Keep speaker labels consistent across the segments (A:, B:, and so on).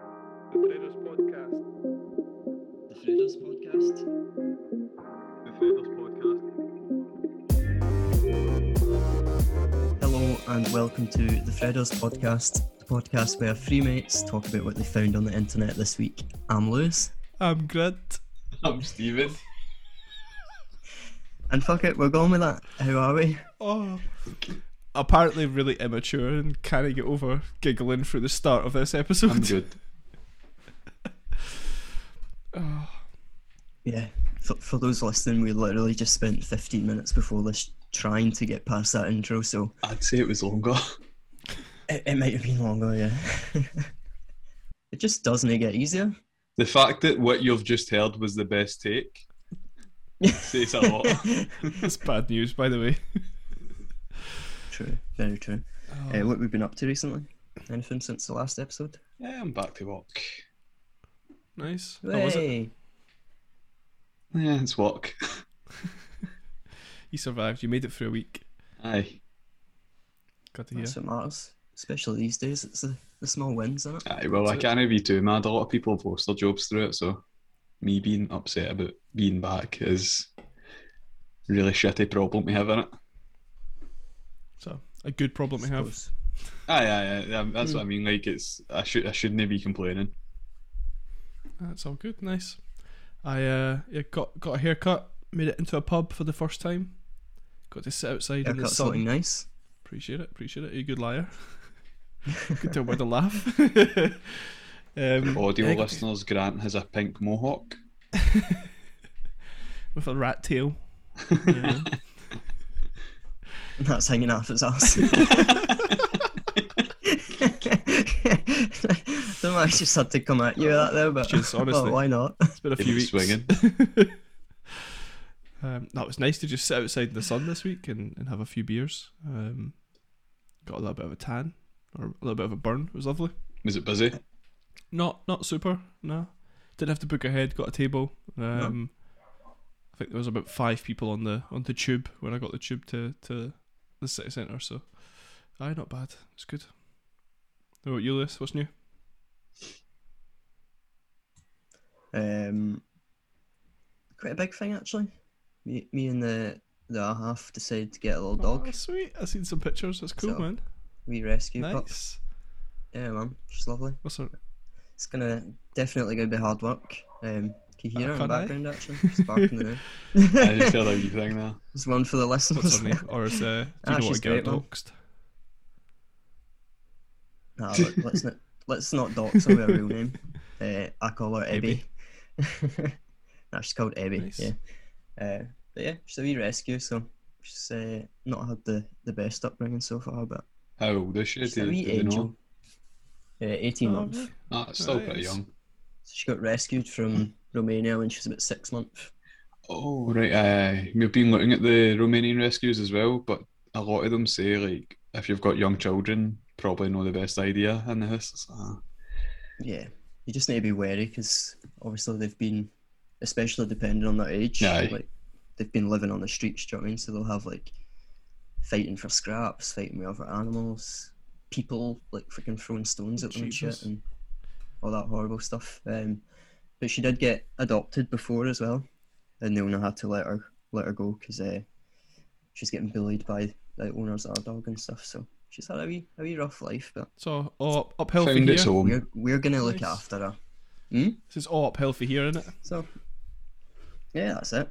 A: The Fredos Podcast.
B: The Fredos Podcast.
A: The Fredos Podcast.
B: Hello and welcome to the Fredos Podcast, the podcast where three mates talk about what they found on the internet this week. I'm Lewis,
C: I'm Grant.
D: I'm Steven.
B: and fuck it, we're going with that. How are we?
C: Oh. Apparently, really immature and can't get over giggling through the start of this episode.
D: I'm good.
B: Yeah. For, for those listening, we literally just spent 15 minutes before this trying to get past that intro, so
D: I'd say it was longer.
B: it, it might have been longer, yeah. it just doesn't get easier.
D: The fact that what you've just heard was the best take says a lot.
C: That's bad news, by the way.
B: True, very true.
C: Oh.
D: Eh.
B: Uh, what we've been up to recently? Anything since the last episode?
D: yeah, I'm back to work.
C: Nice.
B: Oh,
C: How was it?
B: Hey.
D: Yeah, it's work.
C: You survived. You made it through a week.
D: Aye,
C: Got to hear.
B: That's what matters, especially these days. It's the, the small wins, isn't it?
D: aye. Well, I can't be too mad. A lot of people have lost their jobs through it, so me being upset about being back is a really shitty problem to have in it.
C: So, a good problem to have.
B: Suppose.
D: Aye, aye, aye. um, That's what I mean. Like, it's I should I shouldn't be complaining.
C: That's all good. Nice. I uh, yeah, got got a haircut. Made it into a pub for the first time. Got to sit outside in the
B: Haircut's
C: sun.
B: looking nice.
C: Appreciate it. Appreciate it. Are you a good liar? Could tell by the laugh. um,
D: Audio
C: yeah, got-
D: listeners, Grant has a pink mohawk.
C: with a rat tail.
B: That's hanging off its ass. Don't know, I just had to come at you with that there, but
C: Just
B: well,
C: honestly.
B: why not?
C: It's been a
D: It
C: few
D: was
C: weeks.
D: swinging.
C: um, that was nice to just sit outside in the sun this week and, and have a few beers. Um, got a little bit of a tan or a little bit of a burn. It was lovely.
D: Was it busy?
C: Not not super. No, didn't have to book ahead. Got a table. Um, I think there was about five people on the on the tube when I got the tube to to the city centre. So, aye, not bad. It's good. How about you, Lewis? What's new?
B: Um, quite a big thing actually. Me, me and the the other half decided to get a little
C: Oh,
B: dog,
C: sweet. I seen some pictures. That's cool,
B: So,
C: man.
B: we rescue pup.
C: Nice.
B: Yeah, man, she's lovely.
C: What's her?
B: It's gonna definitely gonna be hard work. Um, can you hear her in the
C: Can I?
B: background actually? She's barking now.
D: I just heard everything there.
B: There's one for the
C: What's
B: listeners.
C: her name? Or is uh, do you
B: Ah,
C: know what
B: she's
C: a girl
B: great, man.
C: doxed?
B: Nah, let, let's not let's not dox her with her real name. Uh, I call her Ebby. no, she's called Ebby.
C: Nice.
B: Yeah. Uh, but yeah, she's a wee rescue, so she's uh, not had the, the best upbringing so far, but
D: How old is she?
B: she's a
D: Do-
B: wee
D: do they know?
B: angel. Oh, Yeah, eighteen
C: Oh,
B: months.
C: really?
D: Ah, it's still
C: Right.
D: pretty young.
B: So she got rescued from Romania when she was about six months.
D: Oh, right. Aye. We've been looking at the Romanian rescues as well, but a lot of them say, like, if you've got young children, probably not the best idea in this.
B: uh,
D: So,
B: Yeah, you just need to be wary because obviously they've been, especially depending on their age,
D: Aye.
B: like they've been living on the streets. Do you know what I mean? So they'll have like fighting for scraps, fighting with other animals, people like freaking throwing stones at them and shit,
C: Jesus.
B: and all that horrible stuff. Um, but she did get adopted before as well, and the owner had to let her let her go because uh, she's getting bullied by the owners of her dog and stuff. So she's had a wee a wee rough life, but
C: So all up, uphill for
D: found
C: here.
D: its home.
B: we're we're gonna look
C: Nice.
B: after her.
C: This is all uphill for here, isn't it?
B: So, yeah, that's it.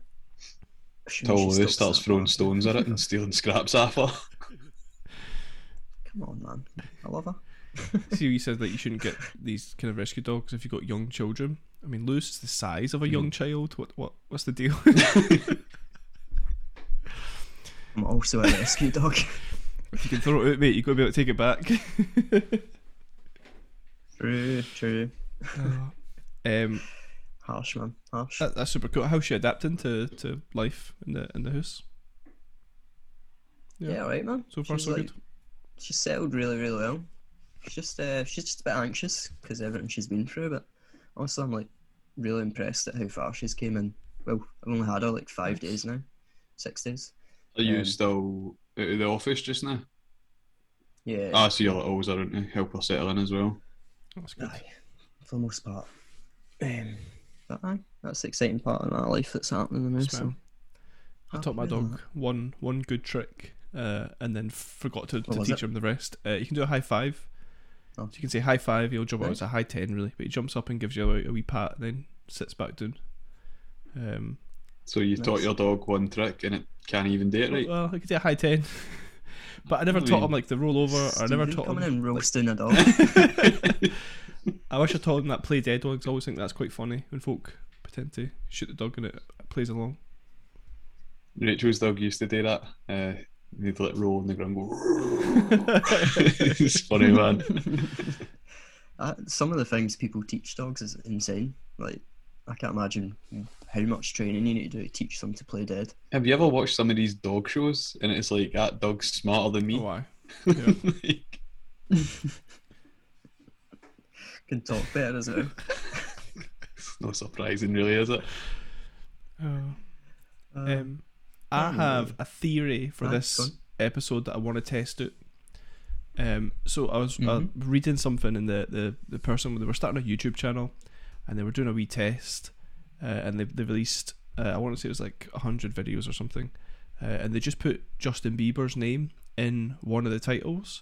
D: Till
B: Assuming she
D: Lou starts
B: that
D: throwing
B: part.
D: stones at it and stealing scraps off her.
B: Come on, man. I love her.
C: See, you said that you shouldn't get these kind of rescue dogs if you've got young children. I mean, Lewis is the size of a young child. What what what's the deal?
B: I'm also a rescue dog.
C: if you can throw it out, mate, you got to be able to take it back.
B: True, true.
C: um,
B: Harsh, man. Harsh.
C: that, that's super cool. How's she adapting to, to life in the in the house?
B: yeah, all right, man.
C: So far,
B: She's,
C: so
B: like-
C: good.
B: She's settled really, really well. She's just, uh, she's just a bit anxious because everything she's been through. But also, I'm like really impressed at how far she's came in. Well, I've only had her like five days now, six days.
D: Are you
B: Um,
D: still out of the office just now?
B: Yeah.
D: Uh, Ah, so your littles aren't you? Help her settle in as well.
C: That's good.
B: Aye. for the most part. Um, but aye, that's the exciting part of my life that's happening in this.
C: Smell.
B: So.
C: I
B: Oh,
C: taught my dog one one good trick, uh, and then forgot to, to
B: was
C: teach
B: it?
C: him the rest. Uh, you can do a high five.
B: Oh.
C: So you can say high five. He'll jump out.
B: Right.
C: It's a high ten, really, but he jumps up and gives you a, a wee pat, and then sits back down. Um,
D: So you taught
B: Nice.
D: your dog one trick and it can't even do it right.
C: Well, I could do a high ten, but I never
D: I
C: taught
D: mean,
C: him like the rollover. or I never
B: Stephen
C: taught him.
B: coming in roasting a dog.
C: I wish I told him that play dead one 'cause I always think that's quite funny when folk pretend to shoot the dog and it plays along.
D: Rachel's dog used to do that. Uh, they'd let roll on the ground. Go, it's funny, man.
B: Uh, some of the things people teach dogs is insane. Like, I can't imagine how much training you need to do to teach them to play dead.
D: Have you ever watched some of these dog shows and it's like that dog's smarter than me?
C: Oh, why? yeah.
D: Like,
B: Can talk better as well.
D: it's not surprising, really, is it?
C: Oh.
B: Um,
C: Um, I
B: Hmm.
C: have a theory for
B: Ah, go
C: this
B: on.
C: episode that I want to test out. Um, so I was uh,
B: Mhm.
C: reading something, and the, the, the person they were starting a YouTube channel, and they were doing a wee test, uh, and they they released uh, I want to say it was like hundred videos or something, uh, and they just put Justin Bieber's name in one of the titles.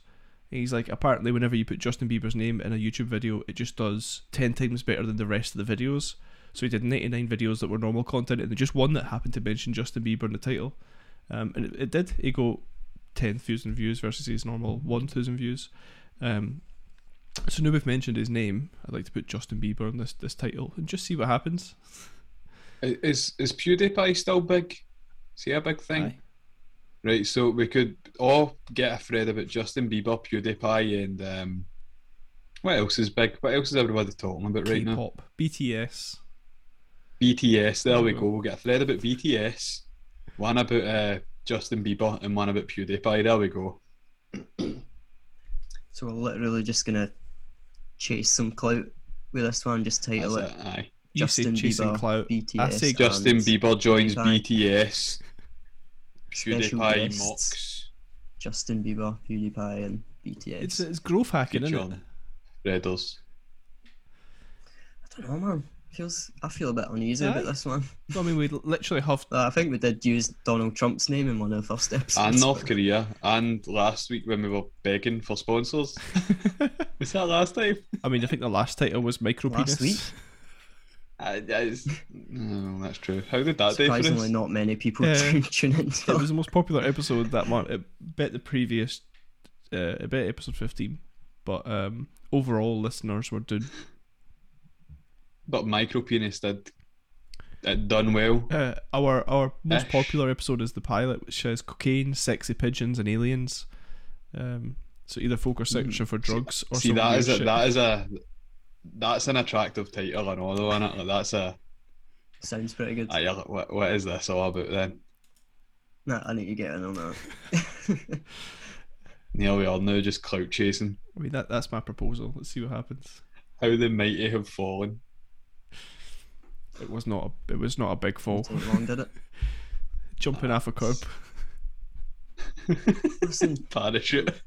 C: And he's like, apparently, whenever you put Justin Bieber's name in a YouTube video, it just does ten times better than the rest of the videos. So he did 99 videos that were normal content, and just one that happened to mention Justin Bieber in the title. Um, and it, it did. He got 10,000 views versus his normal 1,000 views. Um, so now we've mentioned his name. I'd like to put Justin Bieber on this, this title and just see what happens.
D: I- Is is PewDiePie still big? Is he a big thing?
C: Aye.
D: Right, so we could all get a thread about Justin Bieber, PewDiePie, and um, what else is big? What else is everybody talking about right now?
C: K-pop, BTS.
D: BTS. There we
C: Yeah.
D: go. We'll get a thread about BTS, one about uh, Justin Bieber, and one about PewDiePie. There we go.
B: so we're literally just gonna chase some clout with this one. Just
D: That's
B: title it.
D: it. Aye.
C: You
B: Justin
C: say chasing
B: Bieber,
C: clout.
B: BTS.
C: I say
B: and
D: Justin Bieber joins
B: PewDiePie.
D: BTS.
B: special
D: PewDiePie
B: guests,
D: mocks.
B: Justin Bieber, PewDiePie, and BTS.
C: It's, it's growth hacking,
D: Good
C: isn't
D: John. Redders.
B: I don't know, man. Feels I feel a bit uneasy
C: Aye.
B: about this one.
C: it? I mean, we literally have
B: Uh, I think we did use Donald Trump's name in one of the first episodes.
D: And North
B: but-
D: Korea. And last week when we were begging for sponsors. was that last time?
C: I mean, I think the last title was micro
B: Last
C: penis. Uh,
D: I, I was- no, that's true. How did that do for
B: Surprisingly,
D: us?
B: not many people
C: Yeah.
B: tune, tune into
C: It was
B: it.
C: the most popular episode that month. It bet the previous, uh, it bet episode fifteen, but um, overall listeners were doing
D: But micro penis did it done well.
C: Uh, our our most
D: Ish.
C: popular episode is the pilot, which says cocaine, sexy pigeons, and aliens. Um, so either folk are searching for drugs
D: Hmm.
C: or
D: See
C: some
D: that
C: weird
D: is a,
C: shit.
D: that is a that's an attractive title and all though, isn't it? Like, that's a
B: Sounds pretty good.
D: aye, what, what is this all about then?
B: Nah, I need to get in on that.
D: Here we are now just clout chasing.
C: I mean that that's my proposal. Let's see what happens.
D: How the mighty have fallen.
C: It was not a, it was not a big fall.
B: Didn't take long, did it?
C: Jumping off a curb.
B: Listen,
D: Parachute.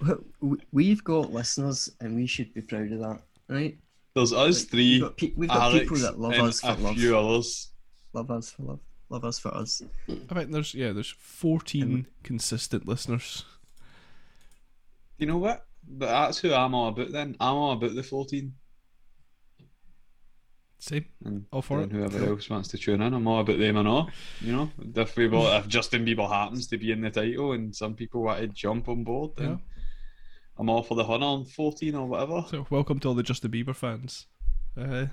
B: w- we've got listeners, and we should be proud of that, right?
D: There's us
B: Like,
D: three,
B: We've got, pe- we've got
D: Alex,
B: people that love
D: and
B: us for
D: a
B: love,
D: few others.
B: love us for love, love us for us.
C: I think there's yeah there's fourteen consistent listeners.
D: You know what? But that's who I'm all about then. I'm all about the 14.
C: Same,
D: And
C: all for
D: and
C: it.
D: whoever else wants to tune in, I'm all about them and all. You know, if we were, if Justin Bieber happens to be in the title and some people want to jump on board, then
C: Yeah.
D: I'm all for the hunter on 14 or whatever.
C: So welcome to all the Justin Bieber fans. Uh,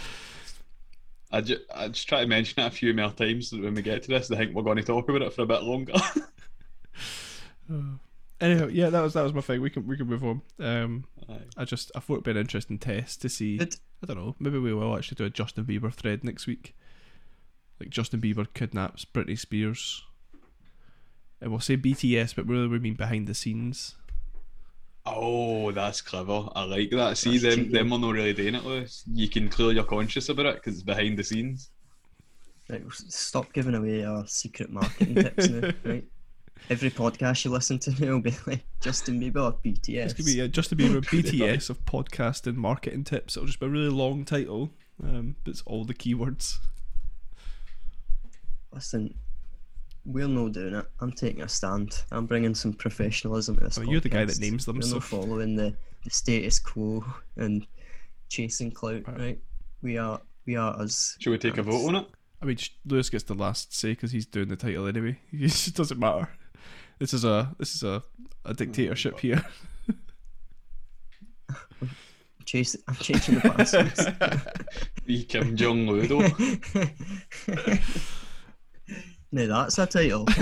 D: I, ju- I just try to mention it a few more times so that when we get to this. I think we're going to talk about it for a bit longer.
C: uh, anyhow, yeah, that was that was my thing. We can we can move on. Um,
D: Aye.
C: I just I thought it'd be an interesting test to see.
B: Good.
C: I don't know. Maybe we will actually do a Justin Bieber thread next week. Like Justin Bieber kidnaps Britney Spears. And we'll say BTS, but really we mean behind the scenes.
D: oh, that's clever. I like that. See,
B: That's
D: them,
B: cheeky.
D: them are not really doing it, Lewis. You can clear your conscience about it because it's behind the scenes.
B: Right, we'll s- stop giving away our secret marketing tips now, right? Every podcast you listen to now will be like Justin Bieber or BTS.
C: This could be uh, just to be a BTS of podcast and marketing tips. It'll just be a really long title, um, but it's all the keywords.
B: Listen, we're no doing it. I'm taking a stand. I'm bringing some professionalism to this.
C: Well, you're the guy that
B: podcast.
C: names them,
B: We're
C: so-
B: not following the, the status quo and chasing clout, right? We are we are us.
D: Should we take a vote on it?
C: I mean, sh- Lewis gets the last say because he's doing the title anyway. It just doesn't matter. This is a this is a, a
D: Mm.
C: dictatorship here.
B: Chase, I'm chasing the bastards.
D: The Kim Jong Ludo.
B: now that's a title.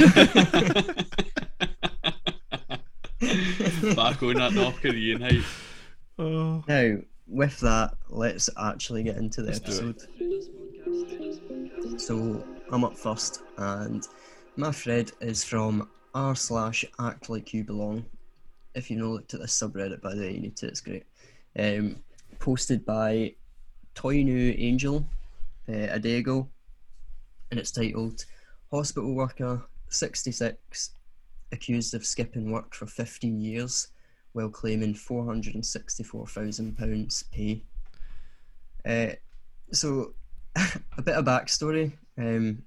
D: Back on that North Korean hype.
C: Oh,
B: now, with that, let's actually get into the episode. So I'm up first, and my thread is from r slash act like you belong. If you have not looked at this subreddit, by the way, you need to. It's great. Um, posted by Toy New Angel uh, a day ago, and it's titled "Hospital Worker 66 Accused of Skipping Work for 15 Years." While claiming four hundred and sixty-four thousand pounds pay. Uh, so a bit of backstory. Um,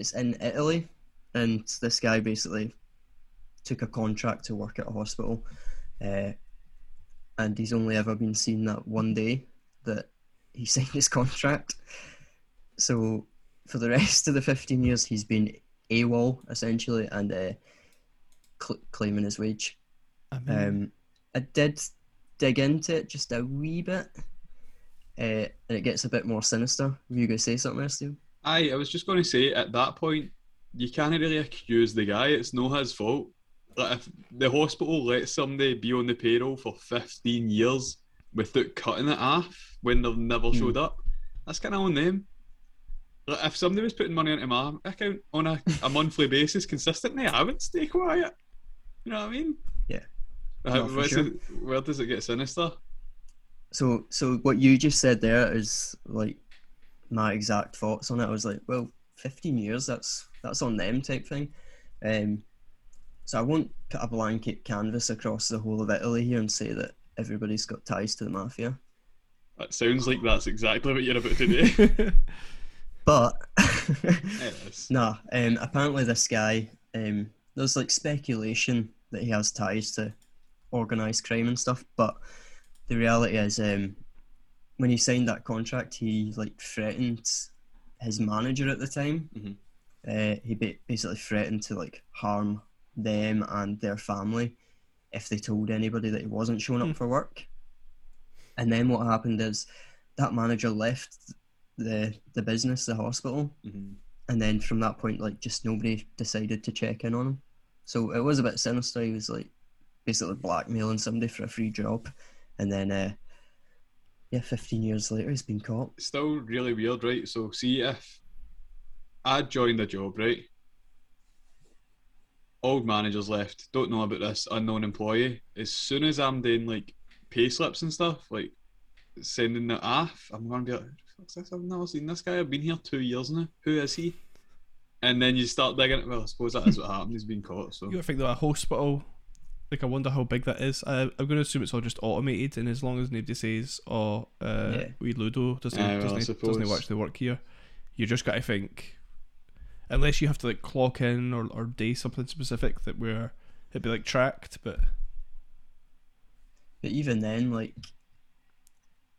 B: it's in Italy, and this guy basically took a contract to work at a hospital, uh, and he's only ever been seen that one day that he signed his contract. So for the rest of the 15 years, he's been AWOL essentially and uh, cl- claiming his wage.
C: Mm.
B: Um, I did dig into it just a wee bit, uh, and it gets a bit more sinister. Were you going to say something else, Steve?
D: Aye, I was just going to say at that point, you can't really accuse the guy. It's no his fault. Like if the hospital lets somebody be on the payroll for 15 years without cutting it off when they've never
B: Hmm.
D: showed up, that's kind of on them. Like if somebody was putting money into my account on a, a monthly basis consistently, I would stay quiet. You know what I mean?
B: Yeah.
D: Uh,
B: No, for
D: what's
B: sure.
D: it- where does it get sinister?
B: So, so what you just said there is like my exact thoughts on it. I was like, well, fifteen years—that's that's on them type thing. Um, so I won't put a blanket canvas across the whole of Italy here and say that everybody's got ties to the mafia.
D: That sounds like that's exactly what you're about to do.
B: But
D: It is.
B: Nah, um, apparently this guy, um, there's like speculation that he has ties to organised crime and stuff, but the reality is, um, when he signed that contract, he like threatened his manager at the time.
D: Mhm.
B: Uh, he ba- basically threatened to like harm them and their family if they told anybody that he wasn't showing
C: Hmm.
B: up for work. And then what happened is that manager left the the business, the hospital,
D: Mhm.
B: and then from that point, like just nobody decided to check in on him. So it was a bit sinister. He was like basically blackmailing somebody for a free job, and then uh, yeah, fifteen years later, he's been caught.
D: still really weird, right? So, see if I joined a job, right? Old manager's left, don't know about this unknown employee. As soon as I'm doing like pay slips and stuff, like sending the off, I'm gonna be like, Fuck's this? I've never seen this guy. I've been here two years now. Who is he? And then you start digging. Well, I suppose that is what happened. He's been caught. So
C: You gotta think that a hospital, like I wonder how big that is. I, I'm gonna assume it's all just automated, and as long as nobody says, "Oh, uh,
B: Yeah.
C: we Ludo doesn't
D: Aye, well, I
C: doesn't, doesn't
D: suppose.
C: watch the work here," you just gotta think. Unless you have to like clock in or or day something specific that we're it'd be like tracked, but
B: But even then, like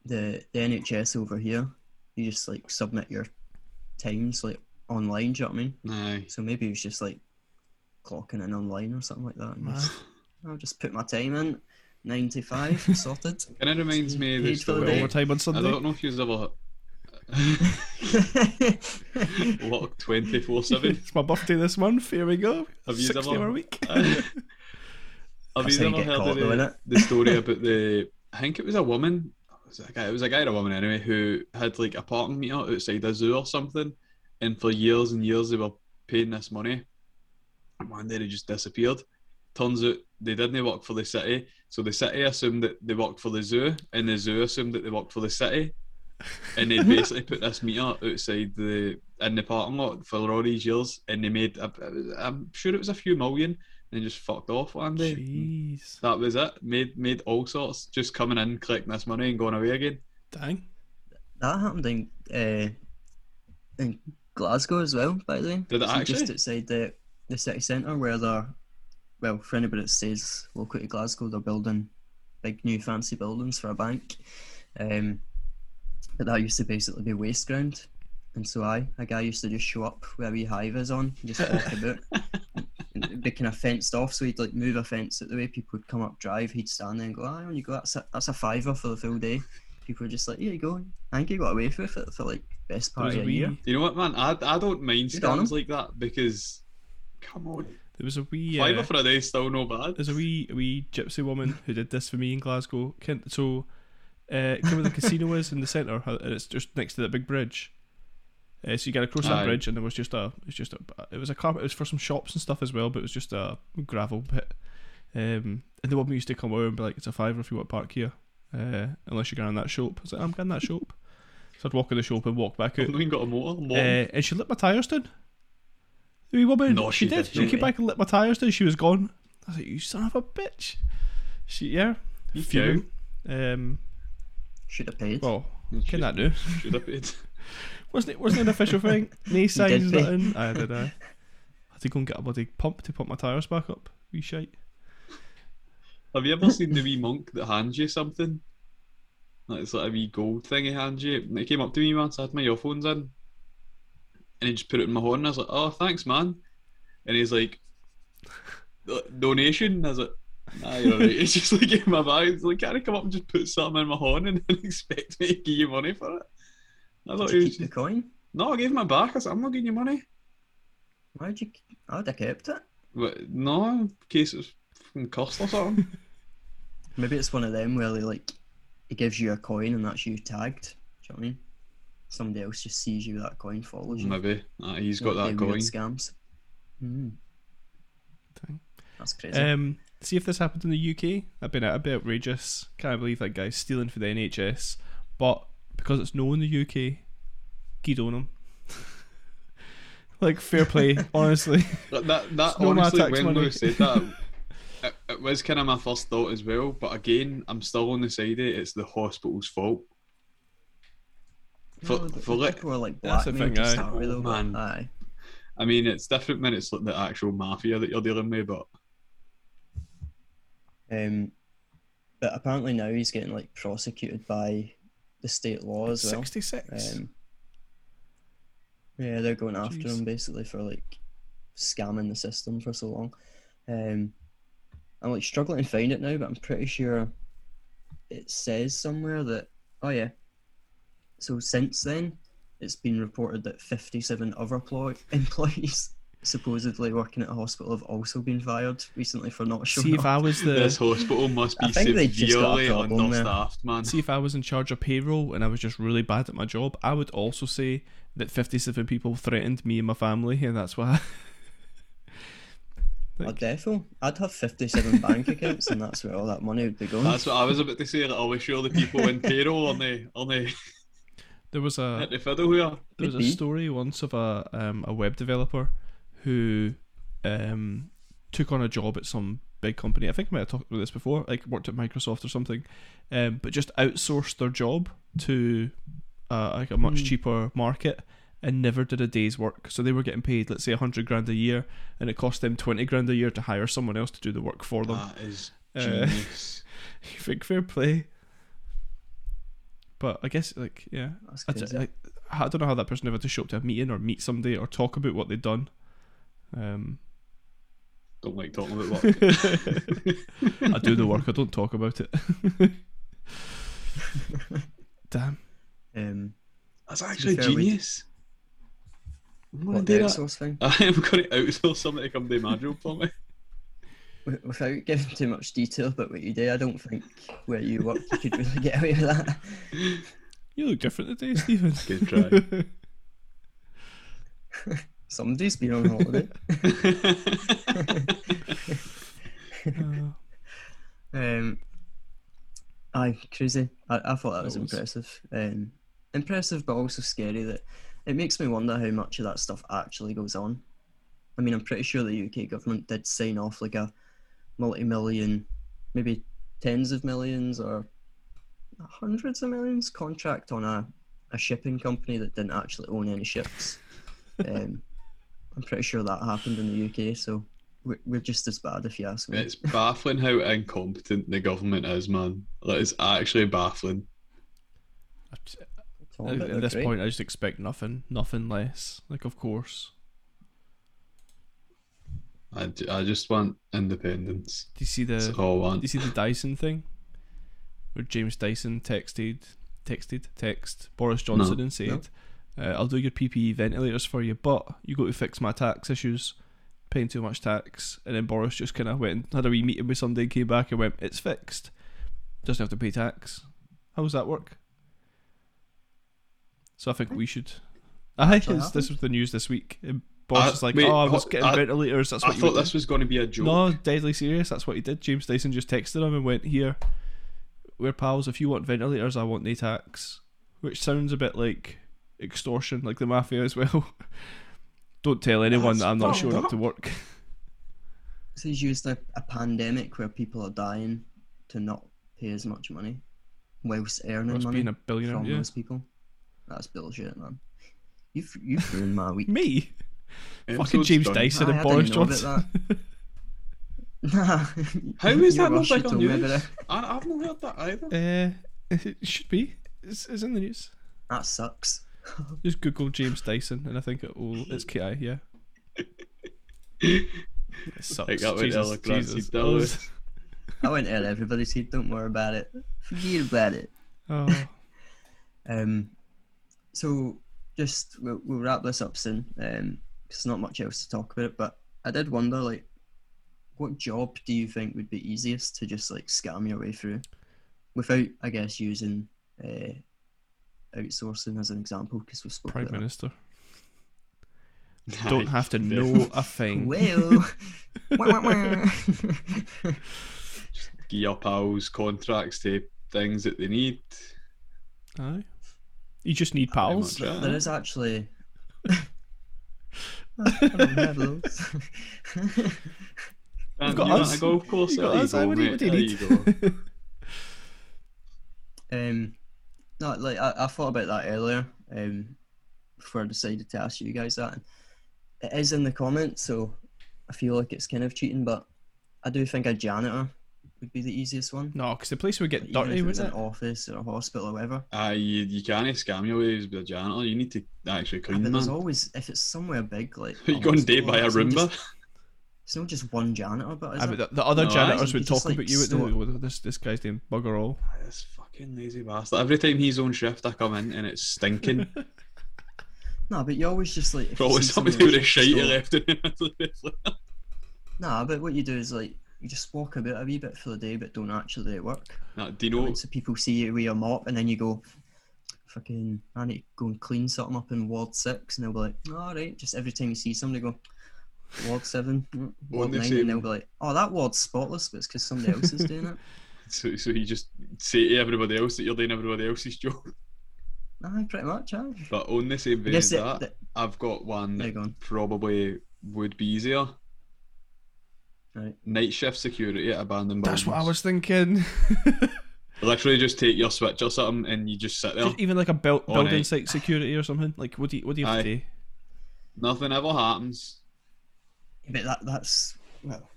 B: the the NHS over here, you just like submit your times like online. Do you know what I mean?
D: aye,
B: So maybe he was just like clocking in online or something like that. And
C: Aye.
B: just, I'll just put my time in, ninety five, sorted.
D: and it reminds me of the
B: Paid for the
D: story.
B: day.
C: overtime on
D: I
C: Sunday.
D: don't know if you've ever locked twenty four seven.
C: it's my birthday this month. Here we go.
D: Have you
C: Six day
D: ever-
C: a week.
D: Have
B: That's
D: you
B: how you
D: ever
B: get
D: heard
B: caught,
D: of
B: though,
D: the,
B: innit?
D: the story about the? I think it was a woman. Was it a guy? It was a guy and a woman anyway who had like a parking meter outside a zoo or something, and for years and years they were paying this money, and one day they just disappeared. Turns out they didn't work for the city, so the city assumed that they worked for the zoo, and the zoo assumed that they worked for the city, and they basically put this meter outside the in the parking lot for all these years, and they made a, I'm sure it was a few million, and just fucked off one day.
C: Jeez.
D: That was it. Made made all sorts, just coming in, collecting this money, and going away again.
C: Dang.
B: That happened in uh, in Glasgow as well, by the way.
D: Did it
B: So Just
D: actually?
B: outside the, the city centre where they're, well, for anybody that stays local to Glasgow, they're building big new fancy buildings for a bank. Um, but that used to basically be waste ground. And so I, a guy used to just show up with a wee high vis on, and just walk about. And it'd be kind of fenced off, so he'd like move a fence out the way. People would come up, drive, he'd stand there and go, ah, when you go, that's a, that's a fiver for the full day. People were just like, here you go. I think he got away with it for like best
C: There
B: part
C: was,
B: of
C: a
B: a
C: wee,
B: year.
C: there
D: You know what, man? I, I don't mind
B: Good on 'em.
D: scams like that because, come on,
C: was a wee.
D: fiver
C: uh,
D: for a day is still no bad.
C: there's a wee a wee gypsy woman who did this for me in Glasgow. Ken, so, uh, kind of where the casino is in the centre, uh, and it's just next to that big bridge. Uh, so you get across that
D: Aye.
C: bridge, and there was just a, it's just a, it was a carpet. It was for some shops and stuff as well, but it was just a gravel pit. Um, and the woman used to come over and be like, "It's a fiver if you want to park here, uh, unless you're going on that shop." I was like, "I'm going that shop." So I'd walk in the shop and walk back out.
D: I've not even got a motor. I'm walking.
C: Uh, and she lit my tyres down. The wee woman.
D: Um, No,
C: she,
D: she
C: did.
D: did
C: She
D: not.
C: came back and lit my tyres down. She was gone. I was like, you son of a bitch. She, yeah.
D: You
C: fuming. Um,
B: Should have paid.
C: well,
D: You
C: can
D: should-
C: that do?
D: should have paid.
C: Wasn't it, wasn't it an official thing? No signs,
B: pay.
C: nothing. I did, I. I had to go and get a bloody pump to pump my tyres back up. Wee shite.
D: Have you ever seen the wee monk that hands you something? Like it's like a wee gold thing he hands you. And it came up to me once, I had my earphones in. And he just put it in my horn and I was like, Oh thanks man And he's like donation and I was like Nah, you're right. It's just like in my bag. It's like, can I come up and just put something in my horn and then expect me to give you money for it? I
B: Did
D: thought he
B: you
D: was
B: keep the
D: just,
B: coin?
D: no, I gave him my back. I said, I'm not giving you money.
B: Why'd you? I would have kept it.
D: But no, in case it was fucking cost or something.
B: Maybe it's one of them where they like, it gives you a coin and that's you tagged. Do you know what I mean? Somebody else just sees you with that coin, follows you.
D: Maybe. Nah, he's got
B: Like
D: that
B: the weird
D: going.
B: Scams. Mm,
C: Dang.
B: that's crazy.
C: Um, see if this happened in the UK. I've been I'd be outrageous. Can't believe that guy's stealing for the NHS. But because it's no in the UK, good on him. like fair play, honestly.
D: That that, that
C: It's no matter
D: honestly,
C: tax
D: when
C: money.
D: Lewis said that, it, it was kind of my first thought as well. But again, I'm still on the side of it. It's the hospital's fault. For,
B: No, the-
D: for
B: the eh?
D: like,
B: people are like
C: That's the
B: blackmailed
C: thing,
B: to
C: aye.
B: start with,
D: Oh,
B: though.
D: man.
B: Aye.
D: I mean, it's different when it's like the actual mafia that you're dealing with. But
B: Um, but apparently now he's getting like prosecuted by the state law as well.
C: Sixty six.
B: Um, yeah, they're going after
C: Jeez.
B: him basically for like scamming the system for so long. Um, I'm like struggling to find it now, but I'm pretty sure it says somewhere that oh yeah. So since then, it's been reported that 57 other ploy- employees supposedly working at a hospital have also been fired recently for not showing
C: see if
B: up.
C: I was
D: this
C: the
D: hospital must
B: I
D: be
B: think they've just got a
D: severely
B: problem there.
D: understaffed, man.
C: see if I was in charge of payroll and I was just really bad at my job. I would also say that fifty seven people threatened me and my family, and that's why.
B: I'd defo. I'd have 57 bank accounts, and that's where all that money would be going.
D: That's what I was about to say. Like, are we sure the people in payroll are they are they
C: there was a
D: at the fiddle here?
C: There
B: Could
C: was a
B: be.
C: story once of a um, a web developer who um, took on a job at some big company. I think I might have talked about this before. Like worked at Microsoft or something, um, but just outsourced their job to uh, like a much
B: Hmm.
C: cheaper market and never did a day's work. So they were getting paid, let's say, hundred grand a year, and it cost them twenty grand a year to hire someone else to do the work for them.
D: That is
C: Uh,
D: genius.
C: You think fair play? But I guess like yeah,
B: That's
C: I d-
B: crazy.
C: I, I don't know how that person ever to show up to a meeting or meet somebody or talk about what they've done. Um,
D: Don't like talking about work.
C: I do the work. I don't talk about it. Damn.
B: um,
D: That's actually
B: fair, we-
D: genius. I'm gonna
B: what
D: do
B: the
D: that.
B: outsource thing?
D: I am going to outsource something to come do my job for me.
B: Wi- Without giving too much detail about what you do, I don't think where you work you could really get away with that.
C: You look different today, Stephen.
D: Good try.
B: Somebody's been on holiday.
C: Uh,
B: Um, aye, crazy. I, I thought that was
C: That was-
B: impressive. Um, impressive, but also scary that It makes me wonder how much of that stuff actually goes on. I mean, I'm pretty sure the UK government did sign off like a multi-million, maybe tens of millions or hundreds of millions contract on a, a shipping company that didn't actually own any ships. um, I'm pretty sure that happened in the UK, so we're, we're just as bad if you ask me.
D: It's baffling how incompetent the government is, man. Like, it's actually baffling.
C: I just-
B: Tom,
C: At,
B: but
C: at
B: they're
C: this
B: great.
C: point, I just expect nothing, nothing less. Like, of course,
D: I, ju- I just want independence.
C: do you see the
D: That's all I
C: do Uh, you
D: want.
C: see the Dyson thing, where James Dyson texted, texted, text Boris Johnson and said, uh, "I'll do your PPE ventilators for you, but you got to fix my tax issues, paying too much tax." And then Boris just kind of went and had a wee meeting with somebody, and came back and went, "It's fixed. Doesn't have to pay tax." How does that work? So I think we should. I
B: Actually
C: this, this
B: happened?
C: was the news this week. And Boris
D: I-
C: is like,
D: wait,
C: "Oh, I was
D: ho-
C: getting
D: I-
C: ventilators. That's
D: I
C: what you would
D: thought this was going to be a joke.
C: no, deadly serious. That's what he did. James Dyson just texted him and went, "Here, we're pals. If you want ventilators, I want NATAX," which sounds a bit like extortion, like the mafia as well. Don't tell anyone that I'm not
B: That's
C: showing up
B: fucked
C: to work.
B: So he's used a, a pandemic where people are dying to not pay as much money whilst earning
C: Must
B: money
C: being a billionaire.
B: from
C: Yeah.
B: those people. That's bullshit, man. You've you've ruined my week.
C: Me, fucking
D: Episode's
C: James
D: done.
C: Dyson
B: Aye,
C: and
B: I
C: Boris
B: didn't know about
C: Johnson.
B: Nah.
D: How is
B: You're
D: that not
B: Welsh,
D: like
B: you
D: on
B: told me about
D: news?
B: it.
D: I, I've not heard that either.
C: uh, it should be. It's, it's in the news.
B: That sucks.
C: Just Google James Dyson, and I think it will. It's KI. Yeah. It sucks.
D: Like that went
C: Jesus,
D: eloquent,
C: Jesus.
D: that was-
B: I went out everybody's head, don't worry about it. Forget about it.
C: Oh.
B: Um, so just we'll, we'll wrap this up soon. Um, 'cause there's not much else to talk about. But I did wonder, like, what job do you think would be easiest to just like scam your way through, without, I guess, using uh, outsourcing as an example? Because we've spoken
C: Prime
B: about
C: Minister. Don't have to know a thing.
B: Well, wah, wah, wah.
D: Give your pals contracts to things that they need.
C: Aye. You just need
D: Pretty
C: pals.
D: much, yeah.
B: there is actually. I don't have those.
D: You've
C: got us.
D: A golf course.
C: You got
D: there
C: us,
D: you
C: aye,
D: go,
C: what do
D: mate,
C: you- what do you
D: there
C: need?
D: you go.
B: Um, no, like I, I thought about that earlier. Um, before I decided to ask you guys that, and it is in the comments, so I feel like it's kind of cheating. But I do think a janitor would be the easiest one.
C: No, because the place would
B: Like,
C: get
B: even
C: dirty,
B: if it was
C: wouldn't
B: an
C: it?
B: office or a hospital or whatever.
D: Aye, Ah, you, you can't scam your ways with a janitor. You need to actually
B: But
D: clean them.
B: there's
D: man.
B: always if it's somewhere big, like
D: You
B: a
D: go and date
B: hospital,
D: by a
B: it's not
D: Roomba.
B: just- It's not just one janitor, but is
C: I
B: it?
C: mean, the, the other
D: No, aye,
C: janitors
B: you could
C: would talk
B: just, like,
C: about you. Would
B: snort.
C: they? This this guy's doing bugger all.
D: This fucking lazy bastard. Every time he's on shift, I come in and it's stinking.
B: no, but you always just like if you
D: Probably
B: see
D: somebody
B: someone
D: with a
B: else
D: shite
B: store-
D: left in it.
B: Nah, but what you do is like you just walk about a wee bit for the day, but don't actually work.
D: Nah, Dino,
B: Right, So people see you with your mop, and then you go, "Fucking, I need to go and clean something up in Ward Six, and they'll be like, "All right." Just every time you see somebody, go Ward Seven, mm, Ward
D: Wouldn't they
B: Nine,
D: say-
B: and they'll be like, "Oh, that ward's spotless, but it's because somebody else is doing it."
D: so, so you just say to everybody else that you're doing everybody else's job.
B: Nah, pretty much. Aye.
D: But on the same
B: I
D: vein
B: guess
D: as
B: the,
D: that,
B: the-
D: I've got one
B: there
D: that
B: you go.
D: probably would be easier.
B: Right.
D: Night shift security at abandoned
C: That's what I
D: buildings.
C: was thinking.
D: Literally, just take your switch or something, and you just sit there.
C: Just even like a built
D: Oh,
C: building
D: right.
C: site security or something. Like, what do you what do you have to
D: Aye.
C: do?
D: Nothing ever happens.
B: But that that's well,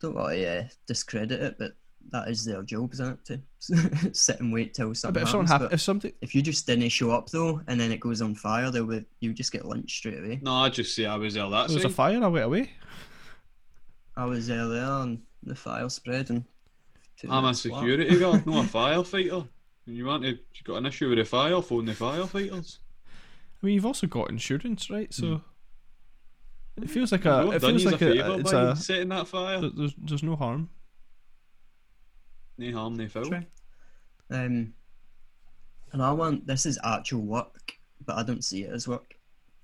B: don't want to uh, discredit it, but that is their job, isn't it? To sit and wait till
C: But
B: something
C: if someone
B: happens.
C: hap-
B: but
C: if something
B: if you just didn't show up though, and then it goes on fire, they'll be, you just get lynched straight away.
D: No, I just say I was there. That's
C: there was a fire, I went away.
B: I was there there and the fire spread and took
D: I'm
B: me
D: a
B: to SWAT.
D: security guard, not a firefighter. And you want to, you got an issue with the fire, phone the firefighters.
C: I mean, you've also got insurance, right? So
D: Mm.
C: it feels like
D: I've
C: a Uh, it
D: done
C: feels
D: you
C: like
D: a
C: a,
D: favour
C: it's
D: by
C: a
D: setting that fire.
C: there- there's there's no harm.
D: No harm, no foul.
B: True. Um and I want this is actual work, but I don't see it as work.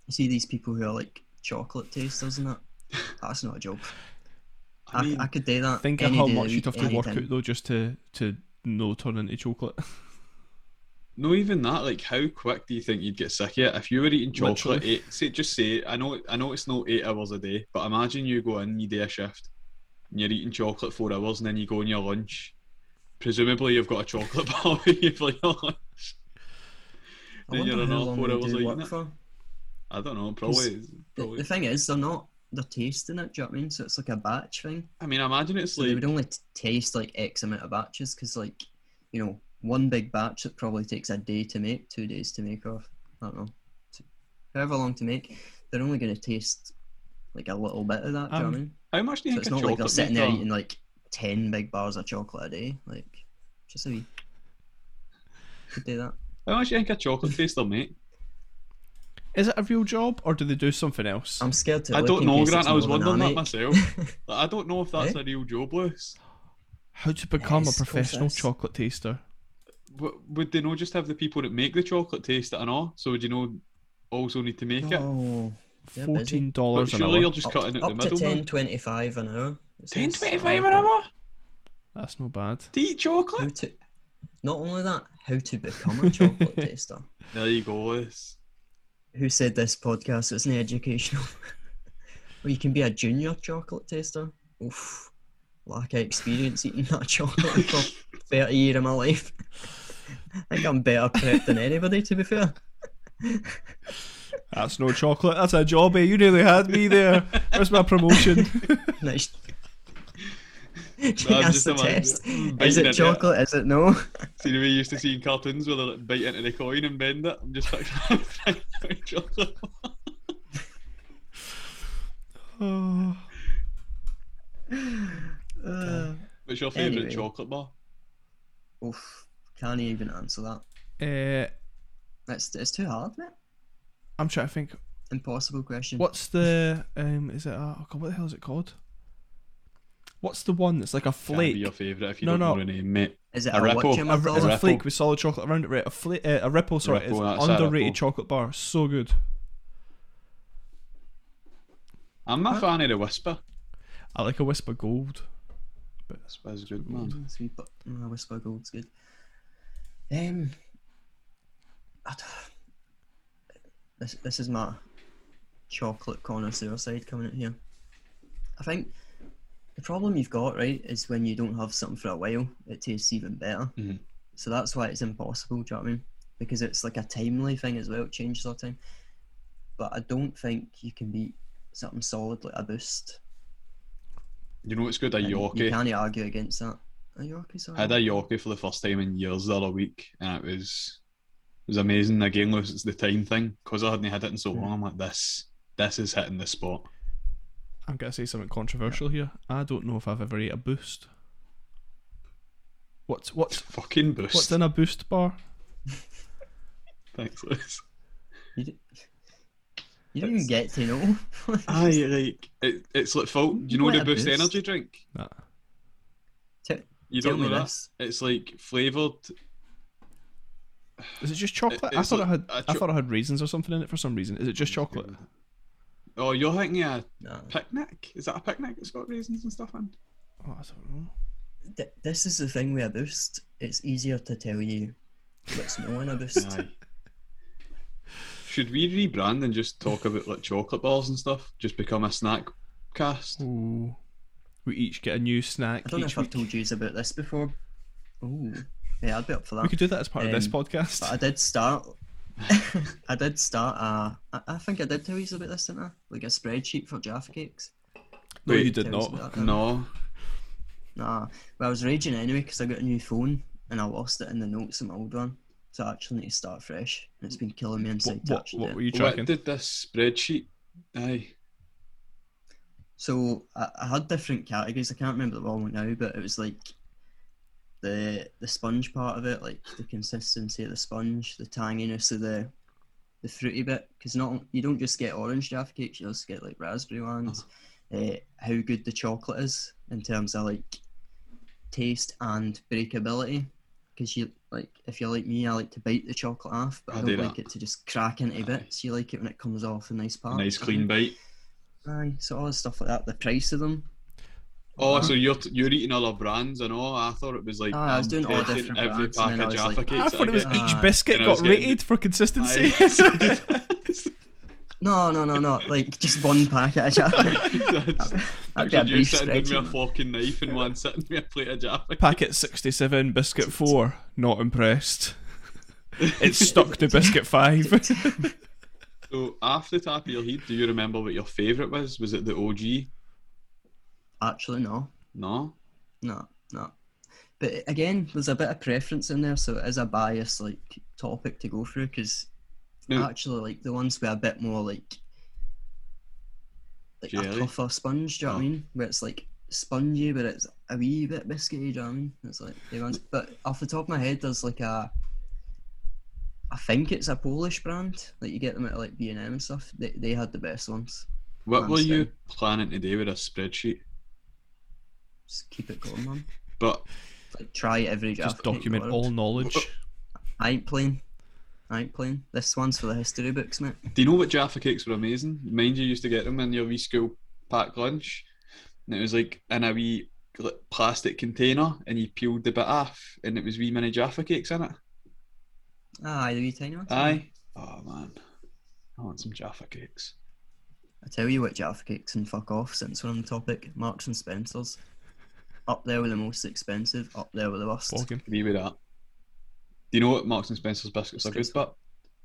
B: You see these people who are like chocolate tasters and that? That's not a job. I,
D: I mean,
B: I could do that.
C: Think of
B: any
C: how
B: day of
C: much
B: the
C: you'd have
B: week,
C: to work
B: anytime.
C: out though, just to to no turn into chocolate.
D: No, even that. Like, how quick do you think you'd get sick of it if you were eating chocolate?
C: Literally.
D: Eight, say, just say, I know, I know, it's not eight hours a day, but imagine you go in, you do a shift, and you're eating chocolate four hours, and then you go on your lunch. Presumably, you've got a chocolate bar with you for your lunch.
B: I
D: Then you're
B: wonder how
D: another
B: long
D: four
B: they
D: hours
B: do
D: eating
B: work
D: it.
B: for.
D: I don't know. Probably.
B: The,
D: probably.
B: the thing is, they're not they're tasting it. Do you know what I mean? So it's like a batch thing.
D: I mean, I imagine it's
B: So they
D: like.
B: would only t- taste like X amount of batches because, like, you know, one big batch that probably takes a day to make, two days to make, or I don't know, t- however long to make. They're only going to taste like a little bit of that. do you know what I
C: Um,
B: mean?
D: How much do you
B: So
D: think
B: it's
D: a
B: not like
D: chocolate
B: they're sitting there
D: maker?
B: eating like ten big bars of chocolate a day. Like, just a wee. Could do that.
D: How much do you think a chocolate taster, mate?
C: Is it a real job or do they do something else?
B: I'm scared to.
D: I
B: look
D: don't
B: in
D: know,
B: case it's
D: Grant. I
B: more
D: was
B: than
D: wondering that
B: make.
D: myself. Like, I don't know if that's
B: Eh?
D: a real job, Lewis.
C: How to become
B: Yes,
C: a
B: of course
C: professional
B: that's-
C: chocolate taster?
D: W- would they not just have the people that make the chocolate taste it and all? So would you know also need to make it?
B: Oh, they're busy.
C: Fourteen
D: But
C: dollars an
D: surely you're
C: hour.
D: just
B: up,
D: cutting out
B: up
D: the
B: to
D: middle.
B: 10, 25 an hour. it says.
D: an hour
C: That's no bad.
D: to eat
B: How
D: chocolate.
B: to, not only that, how to become a chocolate taster.
D: There you go, Lewis.
B: Who said this podcast isn't educational? well, you can be a junior chocolate taster. Oof, lack of experience eating that chocolate for thirty years of my life. I think I'm better prepped than anybody, to be fair.
C: That's no chocolate. That's a job, eh? You nearly had me there. Where's my promotion?
B: Nice.
D: I'm
B: That's
D: just
B: the
D: imagining-
B: test.
D: I'm
B: Is
D: biting
B: it
D: it.
B: chocolate? Is it no?
D: See the way you used to see in cartoons where they like, bite into the coin and bend it. I'm just fixing chocolate.
C: oh,
B: Uh,
D: What's your favourite
B: Anyway.
D: chocolate bar?
B: oof, can't even answer that.
C: eh,
B: That's it's too hard, mate.
C: I'm trying to think.
B: Impossible question.
C: What's the um? Is it? A, oh God, what the hell is it called? What's the one that's like a
D: Can't
C: flake?
D: be your favourite if you
C: No,
D: don't
C: no.
D: know the name, mate.
B: Is it
D: A
B: a,
D: Ripple.
B: watch
C: a, ri- it's a
D: Ripple.
C: flake with solid chocolate around it. Right, a, fla- uh, a ripple. Sorry,
D: Ripple,
C: it's
D: that's a
C: underrated
D: Ripple.
C: chocolate bar. So good.
D: I'm a fan of the Whisper.
C: I like a whisper gold.
D: Whisper's good,
B: Mm.
D: man.
B: Sweet, but no, Whisper Gold's good. Um, I d this this is my chocolate connoisseur side coming in here. I think the problem you've got right is when you don't have something for a while, it tastes even better.
D: Mhm.
B: So that's why it's impossible. Do you know what I mean? Because it's like a timely thing as well. It changes all the time. But I don't think you can beat something solid like a boost.
D: You know what's good? A
B: And You
D: Yorkie.
B: can't argue against that. A Yorkie's
D: I had a
B: alright.
D: Yorkie for the first time in years the other week, and it was it was amazing. Again, Lewis, it's the time thing because I hadn't had it in so long. I'm like, this this is hitting the spot.
C: I'm gonna say something controversial here. I don't know if I've ever ate a boost. What's what's
D: Fucking boost.
C: what's in a boost bar?
D: Thanks, Lewis.
B: You, d- you don't even get to know.
D: Aye, like it, it's like Fulton. Do you know
B: What
D: the
B: a
D: Boost,
B: Boost?
D: energy drink?
C: Nah.
B: T-
D: You
B: tell
D: don't
B: me
D: know that.
B: this.
D: It's like flavored.
C: Is it just chocolate? I
D: it's
C: thought
D: like
C: it had.
D: a
C: I
D: cho-
C: thought it had raisins or something in it for some reason. Is it just chocolate?
D: Oh, you're thinking of
B: No.
D: a picnic? Is that a picnic that's got raisins and stuff in?
C: Oh, I don't know.
B: Th- this is the thing with a boost. It's easier to tell you what's no in a boost.
D: Aye. Should we rebrand and just talk about like chocolate bars and stuff? Just become a snack cast.
C: Ooh. We each get a new snack
B: I don't know
C: each
B: if I've
C: week.
B: told you about this before. Oh, yeah, I'd be up for that.
C: We could do that as part of this
B: Um,
C: podcast.
B: But I did start. I did start. Uh, I, I think I did tell you about this, didn't I? Like a spreadsheet for Jaffa cakes.
C: no,
D: wait,
C: you did
B: Tell us
C: not.
B: about that.
D: No,
B: Nah, but I was raging anyway because I got a new phone and I lost it in the notes of my old one. So I actually need to start fresh. And it's been killing me
C: What,
B: inside to
C: what,
B: actually
C: what
B: do
C: were
B: it.
C: you
D: What
C: tracking?
D: did this spreadsheet? Aye.
B: So I, I had different categories. I can't remember the one now, but it was like the the sponge part of it, like the consistency of the sponge, the tanginess of the the fruity bit. Because not you don't just get orange Jaffa cakes, you also get like raspberry ones. Uh, how good the chocolate is in terms of like taste and breakability. Because you like, if you're like me, I like to bite the chocolate off, but I,
D: I
B: don't
D: do
B: like
D: that.
B: it to just crack into bits. You like it when it Ah, comes off in nice parts.
D: nice clean bite.
B: Aye, so all the stuff like that, the price of them,
D: Oh, so you're t- you're eating other brands and all? I thought it was like
B: Ah, I was
D: I'm
B: doing all
D: taking
B: different
D: every
B: brands,
D: pack
B: and then
D: of
B: I was
D: Jaffa
B: like-
D: cakes.
C: I thought it was
D: get.
C: each
B: Ah.
C: biscuit
D: And I was
C: got
D: getting-
C: rated for consistency.
D: Aye.
B: No, no, no, no. Like just one packet of Jaffa.
D: That's-
B: I'd be a
D: Actually, you
B: beef
D: sitting with me a
B: stretch.
D: fork and knife and one sitting with me a plate of Jaffa.
C: Packet 67, biscuit 4. Not impressed. It's stuck to biscuit 5.
D: So, off the top of your head, do you remember what your favourite was? Was it the OG?
B: Actually, no,
D: No.
B: no, no. But again, there's a bit of preference in there, so it is a biased like topic to go through because
D: No.
B: actually, like the ones with a bit more like like a
D: Jelly?
B: puffer sponge. Do you know what I
D: Oh.
B: mean? Where it's like spongy, but it's a wee bit biscuity. Do you know what I mean? It's like the ones. But off the top of my head, there's like a. I think it's a Polish brand. Like you get them at like B and M and stuff. They they had the best ones.
D: What were
B: Hands
D: you planning today with a spreadsheet?
B: Just keep it going, man.
D: But
B: Like try every Jaffa
C: Just
B: cake in the
C: document
B: world.
C: all knowledge.
B: I ain't playing. I ain't playing. This one's for the history books, mate.
D: do you know what Jaffa cakes were amazing? Mind you, used to get them in your wee school packed lunch, and it was like in a wee like, plastic container, and you peeled the bit off, and it was wee mini Jaffa cakes in it.
B: Aye, the wee Ah, tiny ones.
D: Aye. Oh man, I want some Jaffa cakes.
B: I tell you what, Jaffa Cakes and fuck off since we're on the topic. Marks and Spencer's. Up there with the most expensive, up there with the worst.
C: Bogging.
D: Agree with that. Do you know what Marks and Spencer's biscuits are good
B: Spencer.
D: but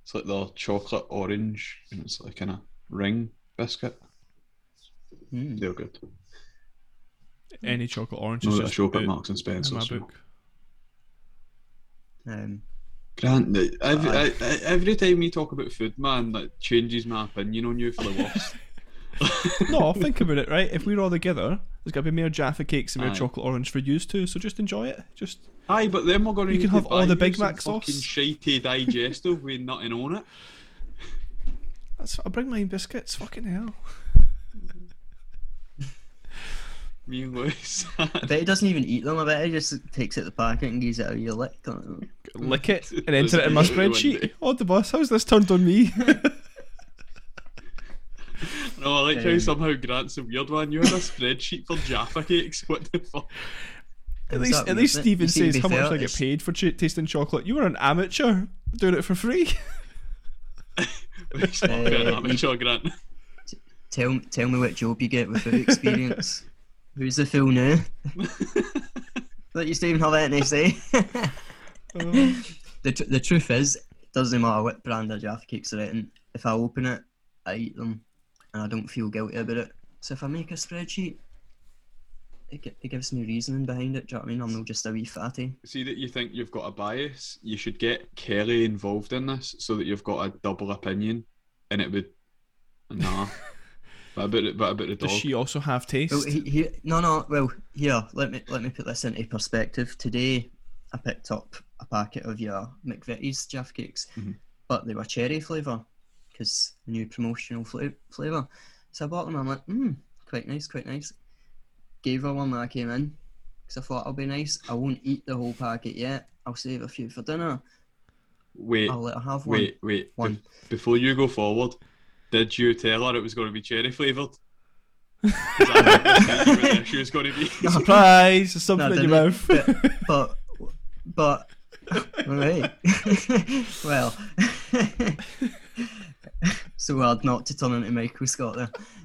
D: It's like they're chocolate orange, and it's like in a ring biscuit.
B: Mm.
D: They're good.
C: Any chocolate orange
D: No,
C: is
D: that I
C: just
D: show up at
C: out
D: Marks and
C: in my
D: Spencer's.
C: book.
B: Um,
D: Grant, the- every,
B: Aye.
D: I- I- every time we talk about food, man, that changes my opinion on you for the worst.
C: No, think about it, right? If we're all together, there's got to be more Jaffa cakes and more
D: Aye.
C: chocolate orange for yous too, so just enjoy it. Just
D: Aye, but then we're going to
C: You can have all the Big Mac
D: fucking
C: sauce.
D: shitey digestive with nothing on it.
C: that's, I'll bring my own biscuits. Fucking hell.
D: Me and Lewis.
B: I bet he doesn't even eat them. I bet he just takes out the packet and gives it a wee lick. don't he?
C: Lick it and
D: There's
C: enter it in my
D: literally one
C: spreadsheet.
D: day.
C: Oh, the boss, how's this turned on me?
D: no, I like how
B: Um,
D: somehow Grant's a weird one. You had a spreadsheet for Jaffa cakes. What the fuck?
B: It
C: At
B: was
C: least,
B: that
C: at least
B: weird, mate. You
C: Steven
B: see, to
C: says
B: be
C: how much
B: fair,
C: I get
B: it's-
C: paid for ch- tasting chocolate. You were an amateur doing it for free.
D: He's not being an
B: Uh,
D: amateur, Grant.
B: Tell, tell me what job you get without experience. Who's the fool now? That you still even have anything to say.
C: Oh,
B: The, tr- the truth is, it doesn't matter what brand of Jaffa Cakes are eating, if I open it, I eat them, and I don't feel guilty about it. So if I make a spreadsheet, it, gi- it gives me reasoning behind it, do you know what I mean? I'm not just a wee fatty.
D: See that you think you've got a bias. You should get Kelly involved in this so that you've got a double opinion, and it would. Nah. but about it, but about the dog.
C: Does she also have taste?
B: Well, Oh, he, he, no, no, well, here, let me let me put this into perspective. Today, I picked up a packet of your McVitie's Jaffa Cakes,
D: Mhm.
B: but they were cherry flavour, because new promotional fla- flavour. So I bought them, I'm like, mmm, quite nice, quite nice. Gave her one when I came in, because I thought it'll be nice. I won't eat the whole packet yet. I'll save a few for dinner.
D: Wait,
B: I'll let her have Oh, one.
D: wait, wait.
B: One.
D: Be- before you go forward, did you tell her it was going to be cherry flavoured? she was going to be.
C: Surprise! There's something
B: No,
C: in your mouth.
B: didn't. But, but, right. well, so hard not to turn into Michael Scott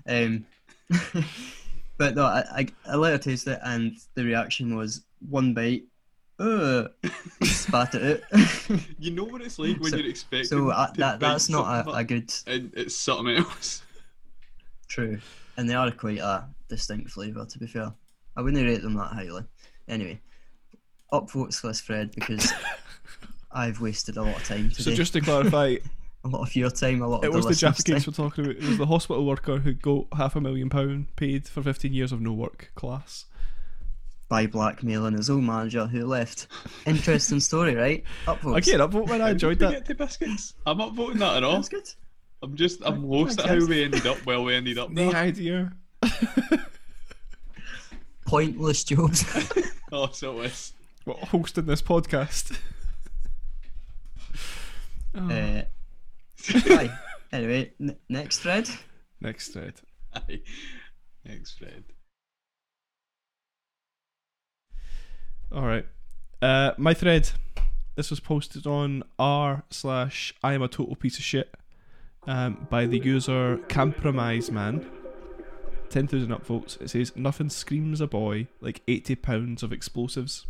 B: there. Um, but no, I, I, I let her taste it, and the reaction was one bite, uh, spat it out.
D: You know what it's like when
B: So-
D: you're expecting.
B: so I,
D: to bite
B: that that's not
D: something
B: a, a
D: up
B: good
D: and it's something else.
B: true, and they are quite a distinct flavour. To be fair, I wouldn't rate them that highly. Anyway, upvotes for this Fred because I've wasted a lot of time
C: So
B: today.
C: just to clarify,
B: a lot of your time, a lot of
C: it was the
B: listeners'
C: Jaffa
B: time.
C: Cakes we're talking about. It was the hospital worker who got half a million pound paid for 15 years of no work class.
B: by blackmailing his old manager who left. Interesting story, right? Upvotes.
C: Again, upvote when
D: How did
C: I enjoyed
D: we
C: that.
D: Get to biscuits. I'm not voting that at all.
B: That's good.
D: I'm just I'm
B: Right,
D: lost at
B: guys.
D: how we ended up where we ended up.
C: The
D: There.
C: idea.
B: Pointless jobs.
D: Oh, so it was.
C: Well, hosting this podcast. Oh,
B: uh, aye. Anyway, n- next thread.
C: next thread.
D: Aye. Thanks, Fred.
C: All right. Uh, my thread. This was posted on r slash I am a total piece of shit um, by the user Compromise Man. 10,000 upvotes. It says, Nothing screams a boy like 80 pounds of explosives.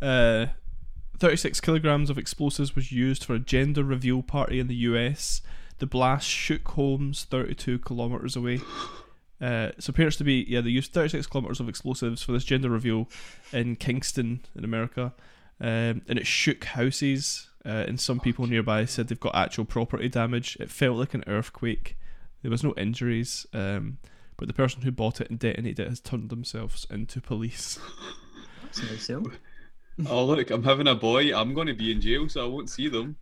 C: Uh, 36 kilograms of explosives was used for a gender reveal party in the US. The blast shook homes 32 kilometers away. Uh, so it appears to be yeah they used 36 kilometers of explosives for this gender reveal in Kingston in America, um, and it shook houses. Uh, and some people nearby said they've got actual property damage. It felt like an earthquake. There was no injuries, um, but the person who bought it and detonated it has turned themselves into police.
B: That's no sale.
D: Oh look, I'm having a boy. I'm going to be in jail, so I won't see them.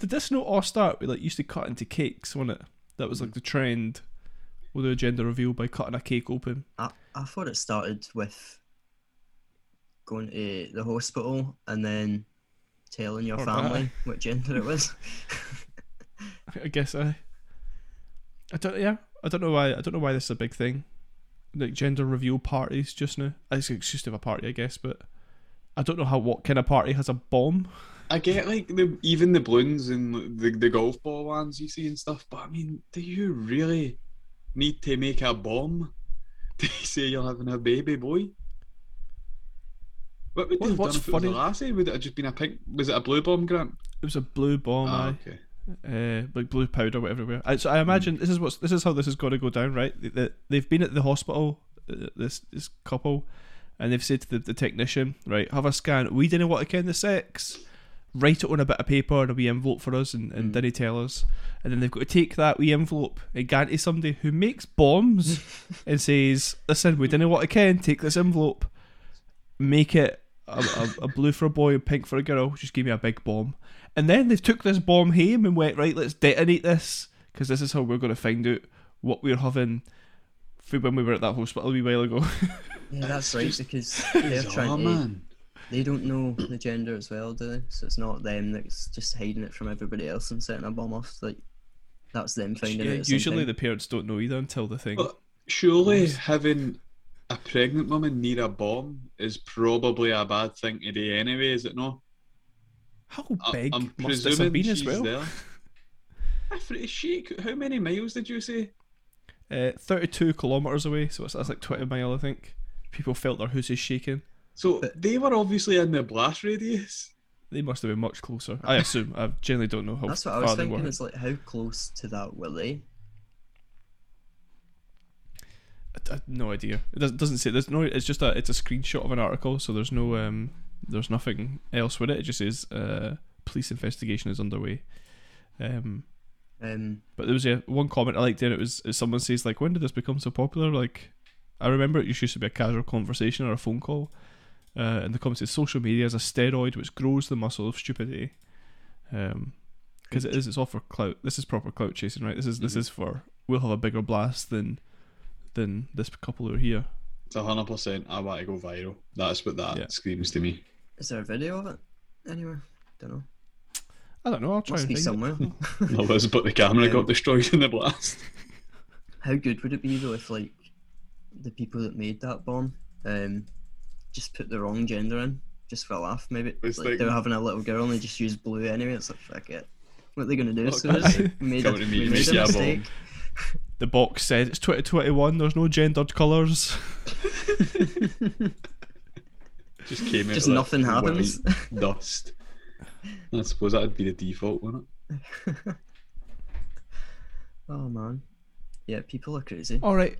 C: Did this not all start with like used to cut into cakes, wasn't it? That was like the trend. We'll do a gender reveal by cutting a cake open.
B: I, I thought it started with going to the hospital and then telling your
C: Or
B: family what gender it was.
C: I guess I. I don't. Yeah, I don't know why. I don't know why this is a big thing, like gender reveal parties just now. I guess it's just have a party, I guess, but I don't know how what kind of party has a bomb.
D: I get like the even the balloons and the, the golf ball ones you see and stuff, but I mean, do you really need to make a bomb to say you're having a baby boy? What would
C: What-
D: they have
C: what's
D: done if it was a
C: funny-
D: lassie? Would it have just been a pink? Was it a blue bomb, Grant?
C: It was a blue bomb,
D: Ah,
C: aye.
D: okay.
C: uh, like blue powder, whatever. Where I, so I imagine this is what's this is how this is going to go down, right? They- they- They've been at the hospital, uh, this this couple, and they've said to the, the technician, right, have a scan. We didn't want to ken the sex. Write it on a bit of paper and a wee envelope for us, and, and then he tell us. And then they've got to take that wee envelope and get to somebody who makes bombs and says, "Listen, we didn't want to ken. Take this envelope, make it a, a, a blue for a boy and pink for a girl. Just give me a big bomb." And then they took this bomb home and went, right, let's detonate this because this is how we're going to find out what we're having for when we were at that hospital a wee while ago.
B: yeah, that's right, because they're
D: Bizarre,
B: trying to.
D: man.
B: They don't know the gender as well, do they? So it's not them that's just hiding it from everybody else and setting a bomb off. Like, that's them finding
C: Yeah,
B: it. at some
C: usually
B: time.
C: the parents don't know either until the thing.
D: But surely having a pregnant woman near a bomb is probably a bad thing to do anyway, is it not?
C: How
D: I-
C: big
D: I'm
C: must this
D: presuming
C: have been
D: she's
C: as well?
D: there. I fr- she, how many miles did you say?
C: Uh, 32 kilometres away, so it's, that's like 20 mile, I think. People felt their hooses shaking.
D: So they were obviously in the blast radius.
C: They must have been much closer. I assume. I generally don't know how
B: That's what
C: far
B: I was
C: they were.
B: thinking. It's like how close to that were they?
C: I, I, no idea. It doesn't, doesn't say. There's no. It's just a. It's a screenshot of an article, so there's no. Um, there's nothing else with it. It just says uh, police investigation is underway. Um,
B: Um,
C: but there was yeah, one comment I liked there. It was someone says like, when did this become so popular? Like, I remember it used to be a casual conversation or a phone call. Uh, and the comment says social media is a steroid which grows the muscle of stupidity. Um, because it is. It's all for clout. This is proper clout chasing, right? This is this is for we'll have a bigger blast than than this couple who are here.
D: It's hundred percent. I want to go viral. That's what that
C: Yeah.
D: screams to me.
B: is there a video of it anywhere? Don't know.
C: I don't know. I'll try
B: Must
C: and
B: be
C: find it.
B: somewhere.
D: There was, but the camera got destroyed in the blast.
B: How good would it be though if like the people that made that bomb um just put the wrong gender in just for a laugh maybe?
D: It's
B: like,
D: like-
B: they were having a little girl and they just used blue anyway. It's like fuck it. What are they gonna do?
D: Look,
B: so it's
D: I-
B: like, we made a,
D: Come to me,
B: we
D: you
B: made
D: make
B: a
D: your bomb.
B: mistake.
C: The box said it's 2021. There's no gendered colours.
D: Just came in.
B: Just nothing happens.
D: Dust. I suppose that'd be the default, wouldn't it?
B: Oh man. Yeah, people are crazy.
C: All right,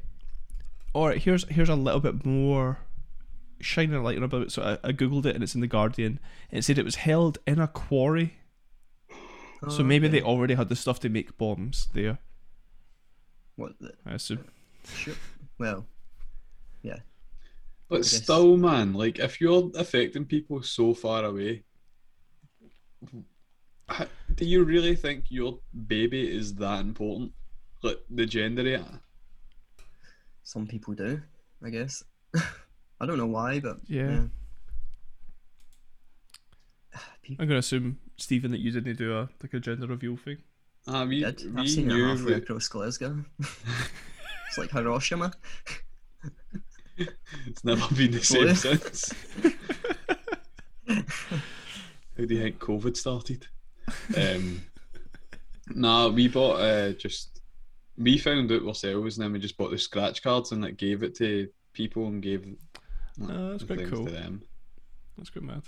C: all right. Here's here's a little bit more shining a light on about it. So I, I googled it and it's in the Guardian. It said it was held in a quarry. so
B: Oh,
C: maybe
B: okay.
C: they already had the stuff to make bombs there.
B: what the
C: I assume.
B: shit? Well, yeah.
D: But
B: guess.
D: still, man, like if you're affecting people so far away, h- do you really think your baby is that important? Like the gender, eh? yeah.
B: Some people do, I guess. I don't know why, but
C: Yeah.
B: People
C: I'm gonna assume Stephen that you didn't do a like a gender reveal thing.
D: Ah, we,
B: did.
D: we
B: I've seen it
D: knew
B: halfway
D: that-
B: across Glasgow. it's like Hiroshima.
D: It's never been the same
B: Really?
D: since. How do you think COVID started? Um, nah, we bought uh, just we found out ourselves, and then we just bought the scratch cards and like gave it to people and gave
C: Ah, that's
D: the
C: quite
D: things
C: cool.
D: to them.
C: That's good, mad.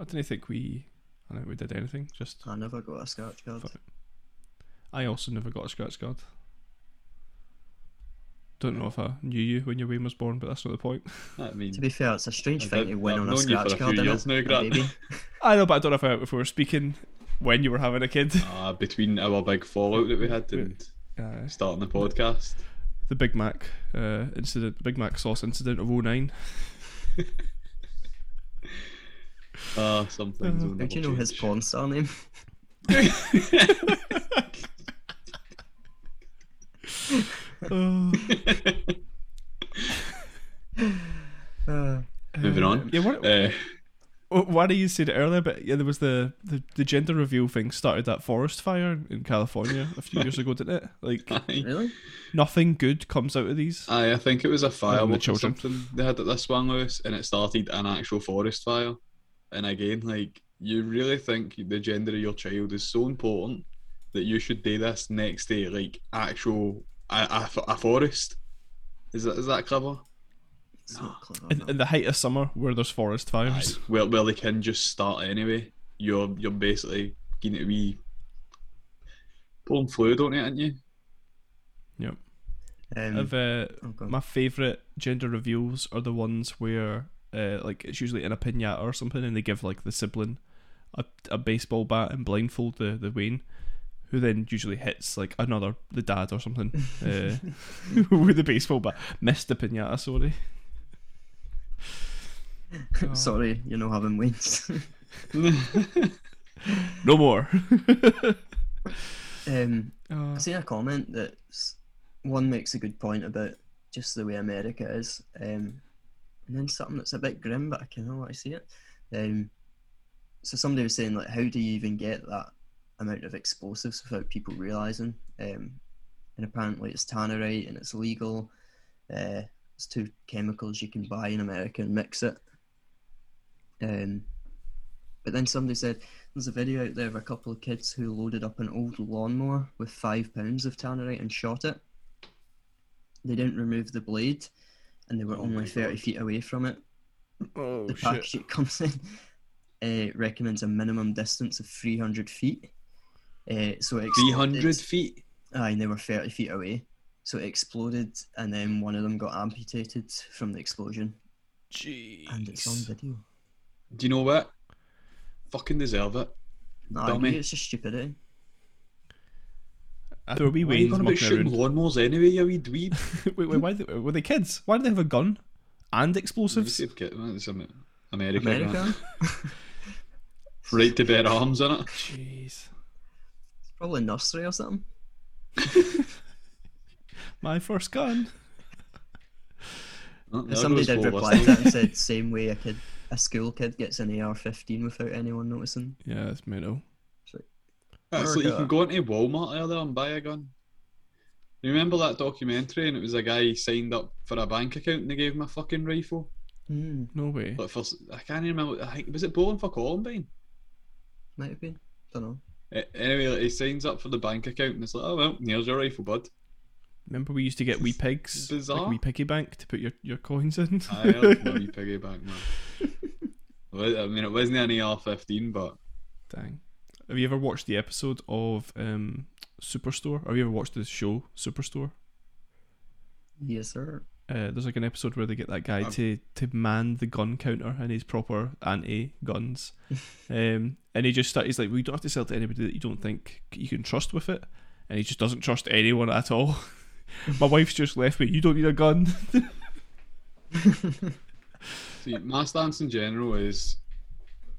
C: I didn't think we. I don't think we did anything. Just
B: I never got a scratch card.
C: Fuck. I also never got a scratch card. Don't know if I knew you when your Wayne was born, but that's not the point.
D: I mean,
B: To be fair, it's a strange
D: I
B: thing
D: did-
B: to win
D: I've
B: on
D: known
B: a
D: you for a
B: scratch
D: few
B: card,
D: years
B: isn't
D: now,
B: it?
D: Grant.
B: Maybe.
C: I know, but I don't know if I, if we were speaking when you were having a kid.
D: ah, between our big fallout that we had and
C: Uh,
D: starting the podcast,
C: the Big Mac uh, incident, Big Mac sauce incident of 09.
D: ah, uh, some things.
C: Uh-huh.
D: will
B: How do you
D: never
B: know his
D: change.
B: porn star name?
C: Oh.
B: Uh,
D: Moving on.
C: yeah, what,
D: Uh,
C: wh- why do you said it earlier? But yeah, there was the, the, the gender reveal thing started that forest fire in California a few years ago, didn't it? Like
D: aye.
B: really?
C: nothing good comes out of these.
D: Aye, I think it was a firework or
C: children.
D: something they had at this one, Lewis, and it started an actual forest fire. And again, like, you really think the gender of your child is so important that you should do this next day, like, actual, a, a, a forest? Is that, is that clever?
B: It's not clever.
C: In,
B: no.
C: in the height of summer, where there's forest fires,
D: Where, where they can just start anyway. You're you're basically getting to be pulling fluid on it, aren't you?
B: Um,
C: of uh,
B: oh God.
C: My favourite gender reveals are the ones where, uh, like, it's usually in a pinata or something, and they give, like, the sibling a, a baseball bat and blindfold the, the Wayne, who then usually hits, like, another, the dad or something, uh, with the baseball bat. Missed the pinata, sorry. Oh,
B: Sorry, you know, having wings.
C: No more.
B: um,
C: Oh,
B: I've seen a comment that one makes a good point about just the way America is, um, and then something that's a bit grim, but I can already see it. Um, so somebody was saying like, how do you even get that amount of explosives without people realizing? Um, and apparently it's tannerite and it's legal. Uh, it's two chemicals you can buy in America and mix it. Um, but then somebody said, there's a video out there of a couple of kids who loaded up an old lawnmower with five pounds of tannerite and shot it. They didn't remove the blade, and they were
D: Oh my
B: only
D: God.
B: 30 feet away from it.
C: oh
B: The
C: shit.
B: package it comes in uh, recommends a minimum distance of 300 feet. Uh, so it
D: Three
B: exploded-
D: hundred feet.
B: Aye, and they were 30 feet away. So it exploded, and then one of them got amputated from the explosion,
C: Jeez.
B: and it's on video.
D: Do you know what? Fucking deserve it.
B: No, I
D: Dummy.
B: agree, it's just stupidity.
C: There were wee
D: Why are you
C: Waynes
D: going about
C: mucking
D: shooting
C: around.
D: lawnmowers anyway, you wee dweeb?
C: Wait, wait, why they, were they kids? Why did they have a gun and explosives?
D: Said kit- well, it's Amer- America. innit?
B: America?
D: Right to bear arms, in it?
C: Jeez.
B: It's probably nursery or something.
C: My first gun.
B: Somebody did reply to that and said, "Same way a kid, a school kid gets an AR-15 without anyone noticing."
C: Yeah, it's mental.
D: So you can go into Walmart earlier and buy a gun. You remember that documentary and it was a guy who signed up for a bank account and they gave him a fucking rifle?
B: Hmm,
C: No way.
D: But for, s- I can't even remember, I think, was it Bowling for Columbine?
B: might have been. Don't know.
D: A- Anyway, like, he signs up for the bank account and it's like, oh well, here's your rifle, bud.
C: Remember we used to get wee pigs, like
D: Bizarre.
C: wee piggy bank to put your, your coins in.
D: I heard my wee piggy bank, man. Well, I mean, it wasn't an AR-15, but
C: Dang. Have you ever watched the episode of um, Superstore? Have you ever watched the show Superstore?
B: Yes, sir.
C: Uh, there's like an episode where they get that guy
D: Um,
C: to, to man the gun counter and he's proper anti guns. um, and he just start, he's like, We don't have to sell to anybody that you don't think you can trust with it. And he just doesn't trust anyone at all. My wife's just left me. You don't need a gun.
D: See, my stance in general is,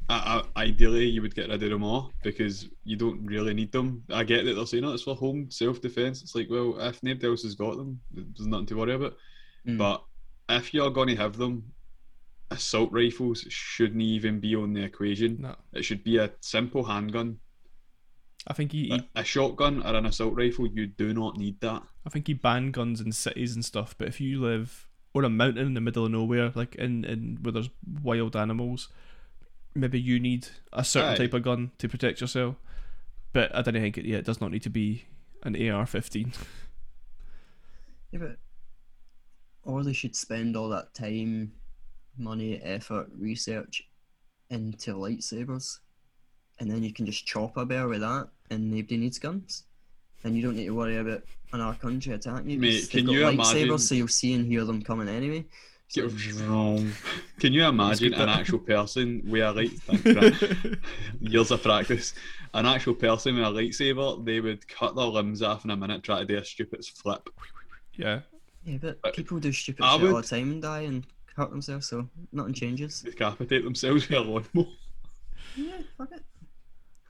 D: I, I, ideally you would get rid of them all because you don't really need them. I get that they're saying, "Oh, it's for home self-defense." It's like, well, if nobody else has got them, there's nothing to worry about.
B: Mm.
D: But if you're going to have them, assault rifles shouldn't even be on the equation.
C: no,
D: It should be a simple handgun,
C: I think he,
D: a,
C: he
D: a shotgun, or an assault rifle. You do not need that.
C: I think he banned guns in cities and stuff. But if you live or a mountain in the middle of nowhere, like in, in where there's wild animals, maybe you need a certain
D: Aye.
C: type of gun to protect yourself. But I don't think it. Yeah, it does not need to be an AR-15.
B: Yeah, but or they should spend all that time, money, effort, research into lightsabers, and then you can just chop a bear with that, and nobody needs guns, and you don't need to worry about another country attacking you.
D: Mate,
B: 'cause
D: can
B: they've
D: you
B: got
D: imagine-
B: lightsabers, so you'll see and hear them coming anyway.
D: Get wrong. Can you imagine an actual person with a light? Thanks, Grant. Years of practice. An actual person with a lightsaber, they would cut their limbs off in a minute, try to do a stupid flip.
C: yeah,
B: Yeah, but
D: I-
B: people do stupid
D: I
B: shit all
D: would-
B: the time and die and hurt themselves, so nothing changes.
D: Decapitate themselves with a lawnmower.
B: Yeah, fuck it.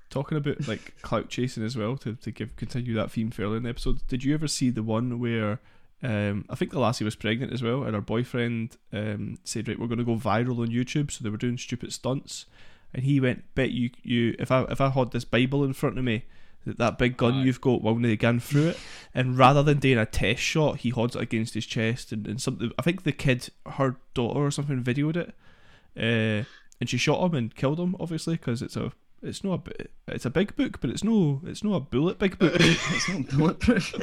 C: talking about like clout chasing as well to, to give continue that theme fairly in the episode did you ever see the one where um, I think the lassie was pregnant as well and her boyfriend um, said right we're going to go viral on YouTube so they were doing stupid stunts and he went bet you you if I if I had this bible in front of me that, that big gun
D: Aye.
C: you've got will they gun through it and rather than doing a test shot he hods it against his chest and, and something I think the kid her daughter or something videoed it uh, and she shot him and killed him obviously because it's a it's not a bi- it's a big book but it's no it's not a bullet big book
B: It's not bulletproof.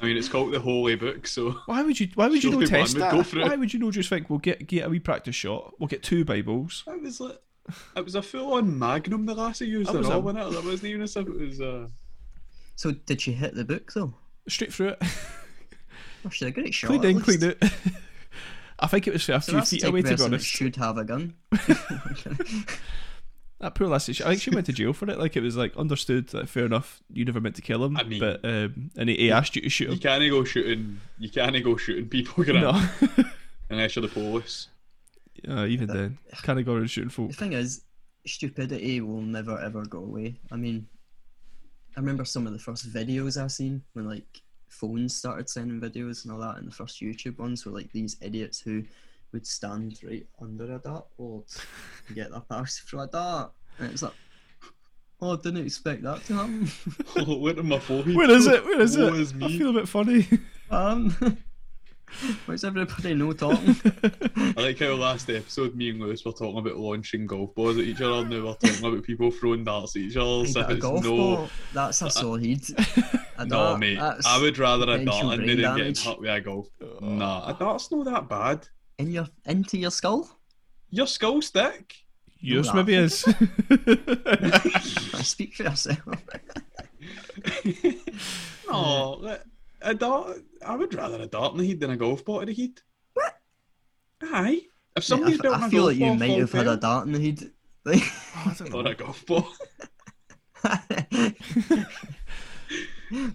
D: I mean, it's called the Holy Book, so
C: why would you why would you
D: Surely
C: not test
D: one would go
C: that
D: for it.
C: why would you not just think we'll get get a wee practice shot we'll get two bibles
D: it was like it was a full-on magnum the lassie used and
C: That was a-
D: all in it. That wasn't even a sub. It was uh, a
B: so did she hit the book though?
C: straight through it
B: Oh, she's a great shot.
C: clean
B: at
C: in
B: least.
C: clean out I think it was a
B: So
C: few
B: that's the
C: feet
B: type
C: away
B: of
C: to be
B: person that
C: honest
B: should have a gun.
C: that poor lassie she- I think she went to jail for it like it was like understood that fair enough you never meant to kill him
D: I mean-
C: but um, and he, he asked you to shoot
D: you
C: him
D: can't go shooting. You can't go shooting people, Grant,
C: no
D: unless you're the police.
C: uh, even then can't go around shooting folk
B: the thing is, stupidity will never ever go away. I mean, I remember some of the first videos I seen when like phones started sending videos and all that, and the first YouTube ones were like these idiots who would stand right under a dartboard and get their parcel for a dart, and it's like, oh, I didn't expect that to happen.
D: Look at my forehead.
C: where is it where is
D: Woe
C: it
D: is
C: I
D: me.
C: feel a bit funny
B: um, why's everybody no talking?
D: I like how last episode me and Lewis were talking about launching golf balls at each other, and now we're talking about people throwing darts at each other.
B: Hey,
D: So
B: but a
D: it's
B: golf
D: no,
B: ball, that's a solid. A
D: no,
B: dart,
D: mate.
B: that's-
D: I would rather a
B: potential
D: dart and
B: brain
D: then getting
B: damage.
D: hit with a golf. Nah, a dart's not that bad.
B: in your into your skull.
D: Your skull's thick.
C: Yours
B: laugh.
C: maybe is.
B: I speak for yourself.
D: no, like, a dart. I would rather a dart in the head than a golf ball in the head. What? Aye. If somebody's
B: I,
D: built
B: I
D: a
B: feel
D: golf
B: like you
D: ball
B: might
D: full
B: have had a
D: belt
B: dart in the head. Like,
D: or a golf ball.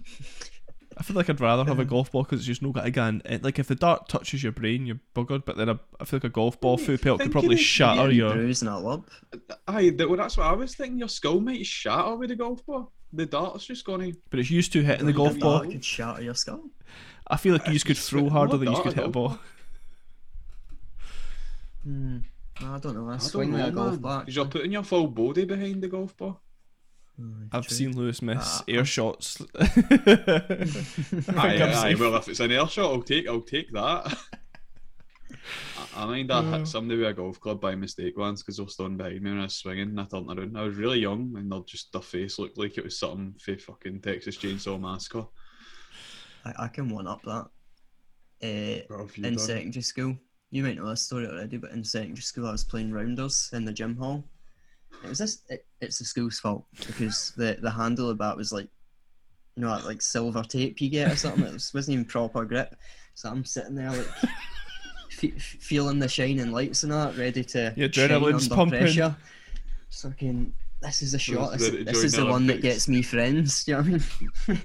C: I feel like I'd rather have a golf ball because it's just no got a gun. It, like if the dart touches your brain, you're buggered. But then a, I feel like a golf ball through pelt could
D: think
C: probably
D: it is-
C: shatter
B: you
C: your.
B: bruise and a lump.
D: Aye, that, well, that's what I was thinking. Your skull might shatter with a golf ball. The dart's just gonna.
C: But it's used to hitting the golf
B: Your
C: ball.
B: dart could shatter your skull.
C: I feel like you just could throw
D: What
C: harder than you just could
D: dart,
C: hit a ball.
B: Hmm. No, I don't know. I,
D: I
B: swing
D: don't
B: with
D: know,
B: a golf
D: man,
B: bat.
D: 'cause you're putting your full body behind the golf ball.
B: Mm,
C: I've
B: true.
C: seen Lewis miss
B: Ah.
C: air shots. I think
D: Aye,
C: I'm
D: aye,
C: safe.
D: Well, if it's an air shot, I'll take. I'll take that. I, I mind I hit somebody with a golf club by mistake once because they were standing behind me when I was swinging and I turned around. I was really young and they just their face looked like it was something for fucking Texas Chainsaw Massacre.
B: I, I can one up that. Uh,
D: What have you
B: in
D: done?
B: secondary school. You might know this story already, but in secondary school, I was playing rounders in the gym hall. It was this. It, it's the school's fault because the the handle of that was like, you know, that, like silver tape you get or something. It was, wasn't even proper grip. So I'm sitting there like. fe- Feeling the shining lights and that, ready to
C: Your
B: shine
C: adrenaline's
B: under
C: pumping.
B: pressure. It's fucking, this is the shot.
D: is
B: This,
D: the-
B: this is
D: join
B: the
D: the
B: one that
D: Olympics.
B: gets me friends. Do you know what I mean?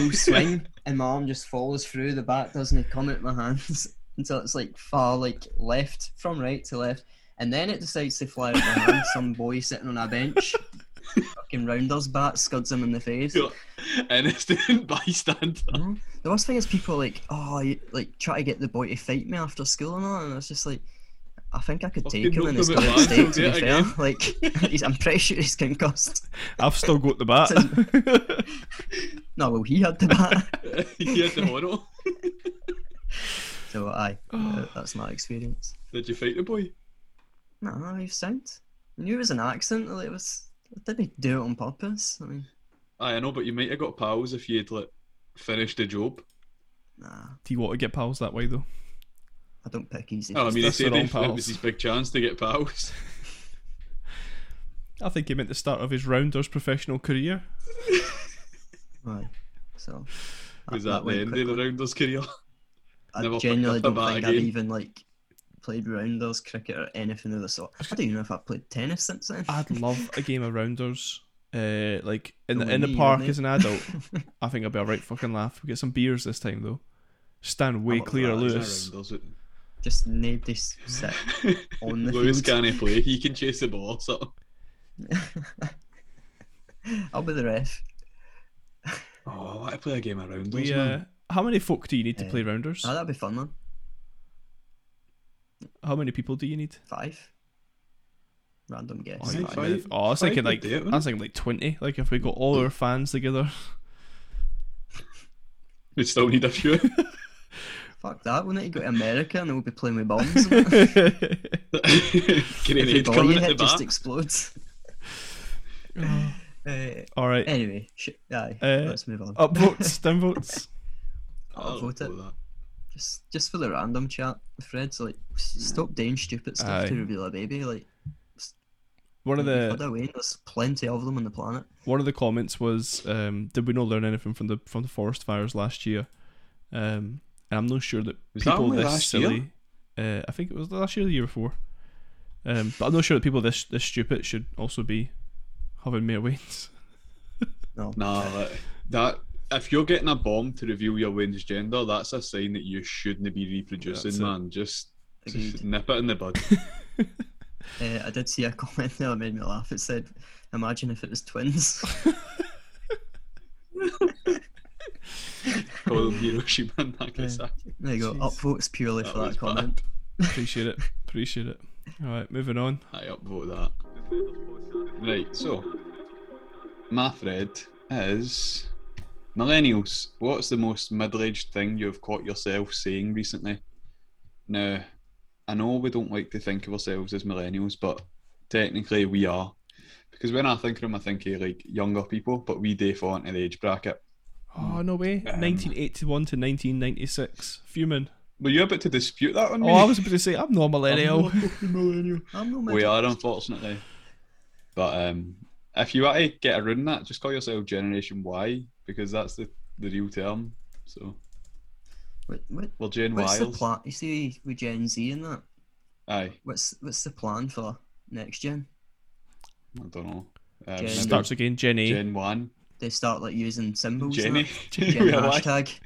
B: full swing, and my arm just follows through. The bat doesn't come out my hands until it's like far like left from right to left, and then it decides to fly out my hand. Some boy sitting on a bench, fucking rounders bat scuds him in the face.
D: You're Innocent bystander.
B: No. The worst thing is people like, oh, you, like try to get the boy to fight me after school and all, and it's just like. I think I could
D: Fucking
B: take him
D: knock
B: in his
D: him out,
B: current
D: lad,
B: state. To
D: you'll get
B: be fair,
D: again.
B: like he's, I'm pretty sure he's concussed.
C: I've still got the bat.
B: No, well, he had the bat.
D: he had the mono.
B: So aye,
D: Oh.
B: uh, that's my experience.
D: Did you fight the boy?
B: No, he sound. I knew it was an accident. Like, it was. I didn't do it on purpose. I mean,
D: Aye, I know, but you might have got pals if you had like finished the job.
B: nah,
C: Do you want to get pals that way though?
B: I don't pick easy.
D: Oh, I mean, he
C: that's the
D: said
C: wrong
D: he thought it
C: pals.
D: was his big chance to get pals.
C: I think he meant the start of his rounders professional career.
B: Aye. So.
D: was that, the
B: went
D: end
B: quickly.
D: of the Rounders career? Never
B: I
D: picked
B: genuinely
D: up a
B: don't
D: bat
B: think I've
D: again.
B: even like played rounders, cricket, or anything of the sort. I don't even know if I've played tennis since then.
C: I'd love a game of rounders. Uh, like in the
B: Only
C: in the
B: me,
C: park
B: wouldn't
C: as an adult, I think I'd be a right fucking laugh. We get some beers this time though. Stand way
B: up for
C: clear,
B: that,
C: of
D: It's not
C: Lewis.
D: Rounders, it-
B: Just nobody s- sit on the
D: Lewis
B: field.
D: can't play. He can chase the ball or something.
B: I'll be the ref.
D: Oh, I want to play a game of rounders,
C: We uh,
D: man. Eh,
C: how many folk do you need to
B: Uh,
C: play rounders?
B: Oh, that'd be fun, man.
C: How many people do you need?
B: Five. Random guess.
D: Oh, yeah.
B: Five.
D: five.
C: Oh, I was
D: Five
C: thinking
D: would
C: like
D: do it,
C: I was thinking like twenty. Like if we got all our fans together,
D: We still need a few.
B: Fuck that. We'll need to go to America and we'll be playing with bombs.
C: Oh,
B: Every
D: Grenade
B: ball you
D: coming at the
B: hit just
D: back.
B: explodes. Uh,
C: all right.
D: Eh.
B: anyway, sh- aye,
C: Uh,
B: let's move on.
C: Upvotes, downvotes.
B: I'll
D: I'll
B: vote it.
D: vote that.
B: Just, just for the random chat, with Fred's like, s- stop doing stupid stuff
C: Aye.
B: to reveal a baby. Like,
C: One of
B: you've
C: the
B: had a win, There's plenty of them on the planet.
C: one of the comments was, um, "Did we not learn anything from the from the forest fires last year?" Um, and I'm not sure that
D: Was that
C: people
D: only
C: this
D: last year?
C: silly. Uh, I think it was last year, or the year before. Um, but I'm not sure that people this this stupid should also be having mere wins.
B: No,
D: Nah, that, that if you're getting a bomb to reveal your woman's gender, that's a sign that you shouldn't be reproducing,
C: That's it.
D: man. Just, just
B: agreed.
D: nip it in the bud.
B: Uh, I did see a comment there that made me laugh. It said, "Imagine if it was twins."
D: Call them Hiroshima and Nagasaki.
B: There you go.
C: Jeez.
B: Upvotes purely
D: That
B: for that
D: was
B: comment.
D: bad.
C: Appreciate it. Appreciate it. All right, moving on.
D: I upvote that.
A: The Faders Podcast.
D: Right, so my thread is millennials. What's the most middle-aged thing you've caught yourself saying recently? Now, I know we don't like to think of ourselves as millennials, but technically we are, because when I think of them, I think of like younger people, but we day fall into the age bracket.
C: Oh no way!
D: Um,
C: 1981 to 1996. Fuming.
D: Were you about to dispute that one?
C: Oh, I was about to say I'm not a
D: millennial.
C: millennial.
D: millennial.
B: I'm not
D: We are, unfortunately. But um, if you want to get around that, just call yourself Generation Y because that's the, the real term. So
B: What, what,
D: we're Gen
B: what's the
D: Y's.
B: plan? You see, with Gen Z and that,
D: Aye,
B: what's what's the plan for next gen?
D: I don't know. Um,
B: Gen-
D: maybe
C: Starts again, Jenny.
D: Gen One,
B: They start like using symbols. and
D: Jenny,
B: that? Gen
D: Gen Y,
B: hashtag.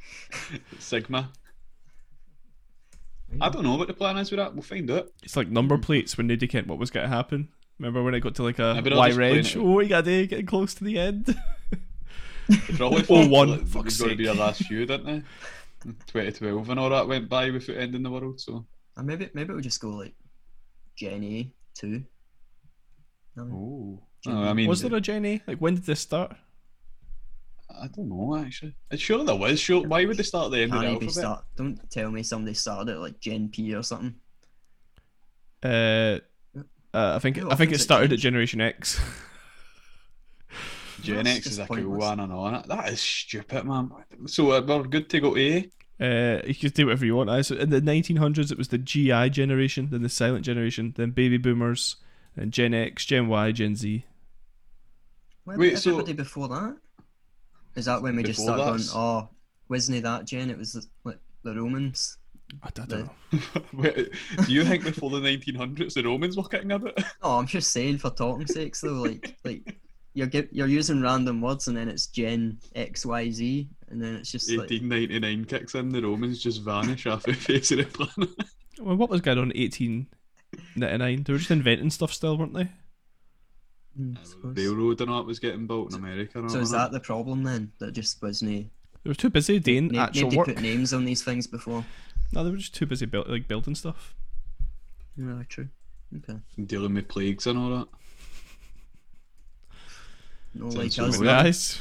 D: Sigma. I don't know what the plan is with that. We'll find out.
C: It's like number plates when they decant what was going to happen. Remember when it got to like a
D: Mm. Yeah, but I'll
C: Y
D: just play
C: Reg?
D: it.
C: Oh, you got to getting close to the end.
D: They Probably
C: Oh,
D: thought
C: one,
D: that it
C: fuck's
D: was going to be
C: sake.
D: our last few, didn't they? 2012 and all that went by without ending the world. So
B: Or Uh, maybe maybe we'll just go like Gen A two. No,
D: oh,
B: Gen
D: I mean,
C: was there a Jenny? Like when did this start?
D: I don't know actually. Surely there was. Sure, why would they start at the end of the
B: Can't it be
D: alphabet?
B: start. Don't tell me somebody started at like Gen P or something.
C: Uh, uh, I think
B: How
C: I think
B: often
C: it
B: does it
C: started at
B: change?
C: Generation X.
D: Gen
B: That's
D: X is
B: just
D: like a
B: pointless.
D: one and on it. That is stupid, man. So uh, we're good to go A.
C: Uh, you can do whatever you want. I so in the 1900s it was the GI generation, then the silent generation, then baby boomers, then Gen X, Gen Y, Gen Z.
B: Where
D: Wait,
B: Wait,
D: so-
B: everybody before that? Is that when we just
D: Before
B: start going,
D: that's-
B: oh, wasn't it that Gen? It was like the Romans.
C: I, don't
B: The-
C: know.
D: Wait, do you think before the 1900s the Romans were getting a bit?
B: Oh, I'm just saying for talking sakes though, like like you're gi- you're using random words and then it's Gen X Y Z and then it's just like
D: 1899 kicks in, the Romans just vanish off the face of the planet.
C: Well, what was going on in 1899? They were just inventing stuff still, weren't they?
B: hmm, I suppose.
D: Railroad and all that was getting built in America. And
B: So
D: all
B: is that the problem then? That just wasn't
C: They were too busy doing
B: na-
C: actual
B: nobody
C: work.
B: put names on these things before.
C: No, they were just too busy build, like building stuff.
B: Yeah, true. Okay.
D: dealing with plagues and all that?
B: No
D: Sounds
B: like
D: so
B: us.
D: weird.
B: no.
C: Guys,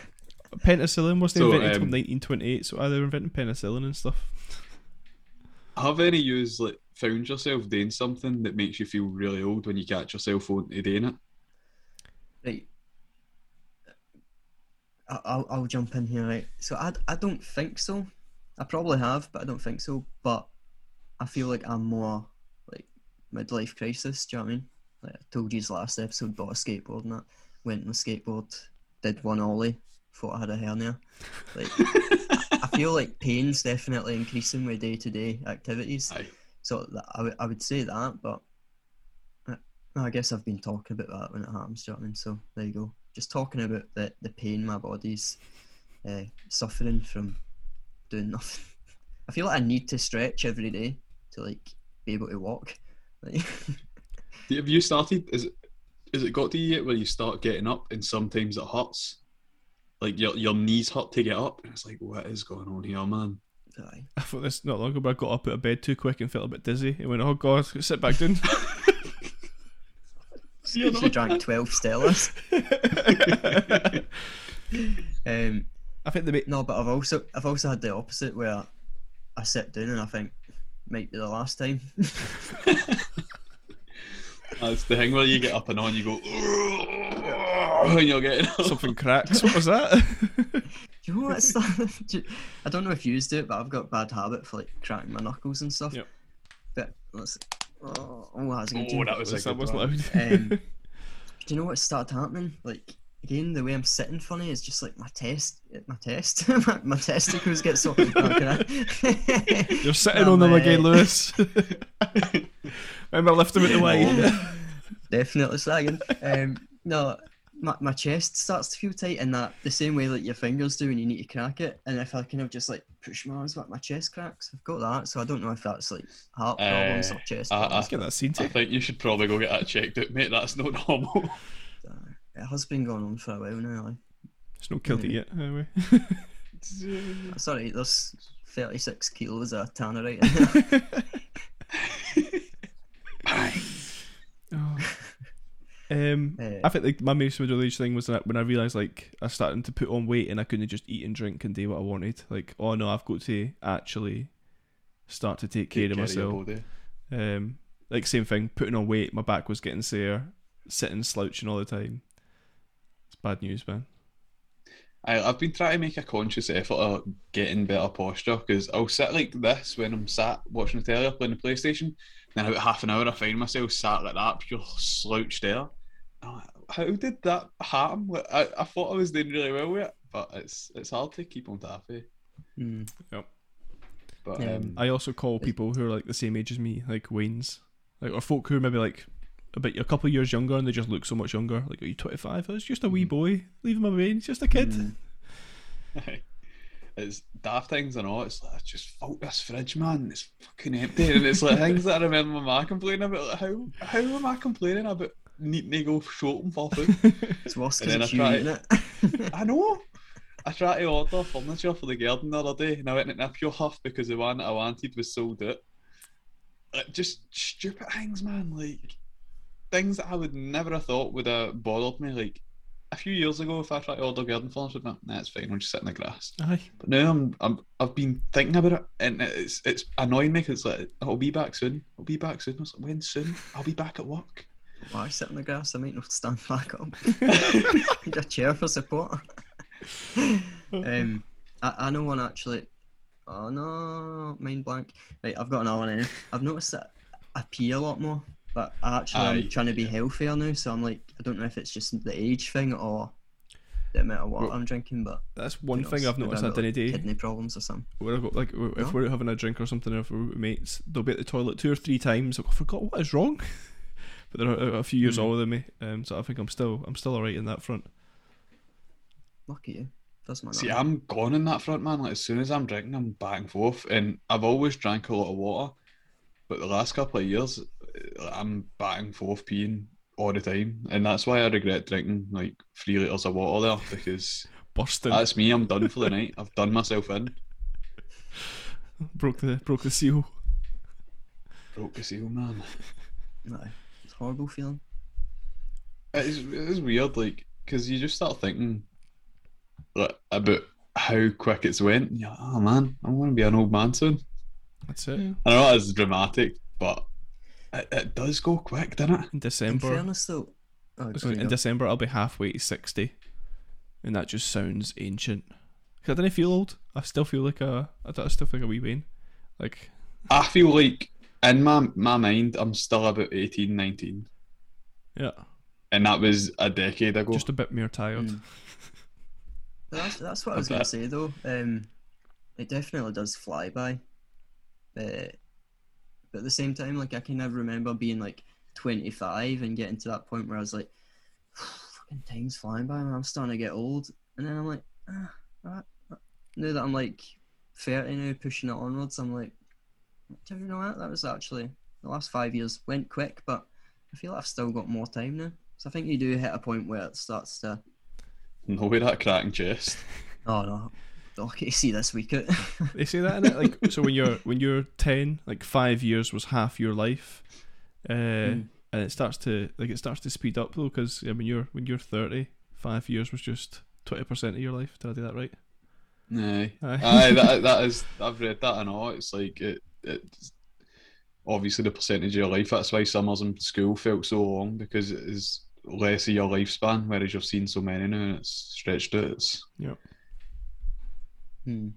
C: penicillin was
D: So,
C: invented
D: um,
C: till 1928, so ah, they were inventing penicillin and stuff.
D: have any use like found yourself doing something that makes you feel really old when you catch yourself wanting to doing it?
B: Right. I- I'll, I'll jump in here, right? So I, I don't think so. I probably have, but I don't think so. But I feel like I'm more like midlife crisis. Do you know what I mean? Like I told you last episode, bought a skateboard and that. Went on the skateboard, did one ollie, thought I had a hernia. Like I feel like pain's definitely increasing with day to day activities.
D: Aye.
B: So th- I would- I would say that, but uh, I guess I've been talking about that when it happens, do you know what I mean? So there you go. Just talking about the, the pain my body's uh, suffering from doing nothing. I feel like I need to stretch every day to like be able to walk. Like,
D: Do- Have you started? Is it, is it got to you yet where you start getting up and sometimes it hurts? Like your your knees hurt to get up, and it's like, what is going on here, man?
B: aye.
C: I thought this not long ago, but I got up out of bed too quick and felt a bit dizzy. and went, oh god, sit back down.
D: You're
B: she drank twelve Stellas. Um,
C: I think the ma-
B: No, but I've also I've also had the opposite where I sit down and I think might be the last time.
D: That's the thing where you get up and on, you go, and you're getting up.
C: something cracks. What was that?
B: Do you know what's that? Do you- I don't know if you do it, but I've got a bad habit for like cracking my knuckles and stuff.
C: Yep.
B: But let's. Oh, oh, that's a good
D: Oh,
B: one.
D: that was like
C: that was
D: one.
C: loud.
B: Um, Do you know what started happening? Like again, the way I'm sitting funny is just like my test, my test, my, my testicles get so. No, can I-
C: You're sitting
B: No,
C: on them again,
B: mate.
C: Lewis. Remember, I left them at the way.
B: Definitely sagging. Um, no, my, my chest starts to feel tight, and that the same way like your fingers do when you need to crack it. And if I kind of just like push my arms back, my chest cracks. I've got that, so I don't know if that's like heart problems
D: Uh,
B: or chest.
D: I- I-
B: problems.
C: Let's get that scene
D: I
C: taken.
D: think you should probably go get that checked out, mate. That's not normal. uh.
B: it has been going on for a while now. Like.
C: It's not killed it yet, anyway.
B: Sorry, there's 36 kilos of tannerite in there.
C: Oh. Um,
B: Eh.
C: I think like my most middle age thing was that when I realised like I was starting to put on weight and I couldn't just eat and drink and do what I wanted. Like, oh no, I've got to actually start to take care of myself. Um, like same thing, putting on weight. My back was getting sore, sitting slouching all the time. It's bad news, man.
D: I, I've been trying to make a conscious effort of getting better posture because I'll sit like this when I'm sat watching the telly or playing the PlayStation. Then about half an hour, I find myself sat like that, pure slouched there. I'm like, How did that happen? Like, I, I thought I was doing really well with it, but it's it's hard to keep on taffy.
B: Mm.
D: But
B: Yeah.
D: um,
C: I also call people who are like the same age as me, like Waynes, like or folk who are maybe like a bit a couple of years younger and they just look so much younger. Like, are you twenty five? I was just a wee boy. Leave him alone. He's just a kid.
B: Mm.
D: it's daft things and all. It's like, I just fault this fridge, man. It's fucking empty. And it's like things that I remember my complaining about. Like, how, how am I complaining about needing to go shopping for food?
B: It's worse
D: And
B: because
D: then
B: it's
D: I
B: you
D: try-
B: eating it.
D: I know. I tried to order furniture for the garden the other day and I went in a pure huff because the one that I wanted was sold out. Like, just stupid things, man. Like, things that I would never have thought would have bothered me. Like, a few years ago, if I tried to order garden furniture, no, that's fine. I'll just sit in the grass.
C: Aye.
D: But now I'm, I'm I've been thinking about it, and it's it's annoying me because like I'll be back soon. I'll be back soon. I was like, when soon? I'll be back at work.
B: Why sit on the grass? I might not stand back up. Need a chair for support. um, I, I know one actually. Oh no, mind blank. Right, I've got another one in. I've noticed that I pee a lot more, but I actually
D: Aye,
B: I'm trying to be
D: yeah.
B: healthier now, so I'm like, I don't know if it's just the age thing or the amount of water
D: Well,
B: I'm drinking, but
C: That's one
B: who
C: thing
B: knows?
C: I've noticed
B: Maybe
C: that
B: I've got,
C: any
B: like,
C: day.
B: Kidney problems or something.
C: Where I got like w- if
B: No?
C: we're having a drink or something, or if we're with mates, they'll be at the toilet two or three times. Like, I forgot what is wrong. but they're a, a few years
D: Mm.
C: older than me, um, so I think I'm still I'm still alright in that front.
B: Look at you. That's my
D: See,
B: number.
D: I'm gone in that front, man. Like as soon as I'm drinking, I'm back and forth, and I've always drank a lot of water. But the last couple of years, uh, I'm back and forth peeing all the time, and that's why I regret drinking like three liters of water there because
C: Bursting,
D: that's me. I'm done for the night. I've done myself in.
C: broke the broke the seal.
D: Broke the seal, man.
B: No, it's a horrible feeling.
D: It's, it's weird, like, because you just start thinking like, about how quick it's went. and You're like, oh man, I'm going to be an old man soon.
C: That's it.
D: I know it's dramatic, but it, it does go quick, doesn't it?
C: In
B: In
C: December,
B: fairness, though, oh,
C: Sorry,
B: sorry,
C: in
B: go.
C: December, I'll be halfway to sixty, and that just sounds ancient. 'Cause I didn't feel old. I still feel like a. I don't- I still feel like a wee Wayne. Like
D: I feel like in my my mind, I'm still about 18, 19.
C: yeah,
D: and that was a decade ago.
C: just a bit more tired.
B: Mm. that's, that's what I was going to say though. Um, it definitely does fly by. Uh, but at the same time, like I can never remember being like 25 and getting to that point where I was like, fucking time's flying by, man. I'm starting to get old. And then I'm like, ah, right, right." now that I'm like 30 now, pushing it onwards, I'm like, do you know what? That was actually the last five years went quick, but I feel I've still got more time now. So I think you do hit a point where it starts to.
D: no way that cracking chest.
B: Oh no. Okay, see this week out.
C: They say that in it. Like so, when you're when you're ten, like five years was half your life, uh,
B: Mm.
C: and it starts to like it starts to speed up though. Because I mean, you're when you're thirty, five years was just twenty percent of your life. Did I do that right?
D: Aye,
C: Aye.
D: aye, that, that is. I've read that and all. It's like it. It's obviously the percentage of your life. That's why summers in school felt so long because it is less of your lifespan. Whereas you've seen so many now and it's stretched out. It's
C: Yep.
B: Hmm.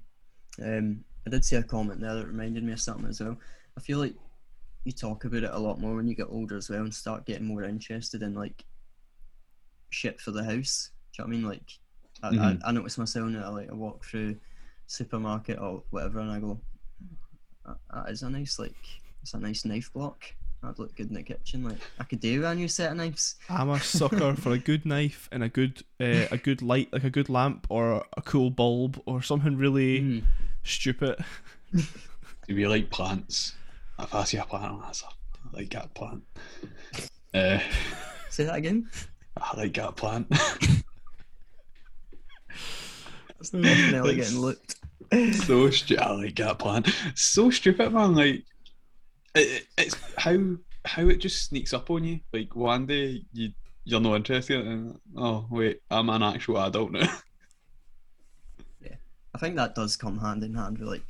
B: Um, I did see a comment there that reminded me of something as well. I feel like you talk about it a lot more when you get older as well and start getting more interested in like shit for the house. Do you know what I mean? Like, I,
D: Mhm.
B: I, I notice myself now. Like, I walk through supermarket or whatever, and I go, "That- "That is a nice like, it's a nice knife block. That'd look good in the kitchen. Like, I could do with a new set of knives."
C: I'm a sucker for a good knife and a good uh, a good light, like a good lamp or a cool bulb or something really
B: Hmm.
C: stupid.
D: we like plants. If I see a plant, I'm like, I like that plant. Uh,
B: Say that again.
D: I like that plant.
B: That's
D: That's-
B: definitely getting looked.
D: so stupid. I like that plan. So stupid, man. Like it, it- it's how how it just sneaks up on you. Like one day you you're not interested, in it and oh wait, I'm an actual adult now.
B: I think that does come hand in hand with like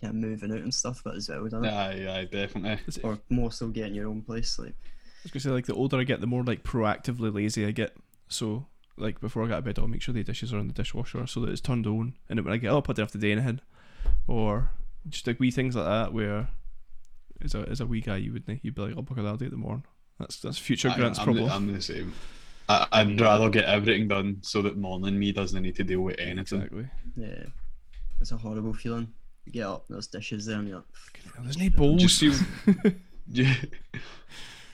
B: kind of moving out and stuff, but as well, doesn't it?
D: aye, aye, definitely.
B: Or more so getting your own place. Like,
C: I was gonna say like the older I get, the more like proactively lazy I get. So like before I get out of bed, I'll make sure the dishes are in the dishwasher so that it's turned on, and then when I get up, I don't have to do anything. Or just like wee things like that where as a as a wee guy you wouldn't you'd be like, "Oh, I'll book that day in the morning. That's that's future
D: Aye,
C: Grant's
D: I'm,
C: problem.
D: The, I'm the same. I, I'd rather get everything done so that morning me doesn't need to deal with anything.
C: exactly.
B: yeah, it's a horrible feeling. You get up, there's dishes there, and you're like, "Fuck."
C: There's no balls.
D: Just feel, yeah,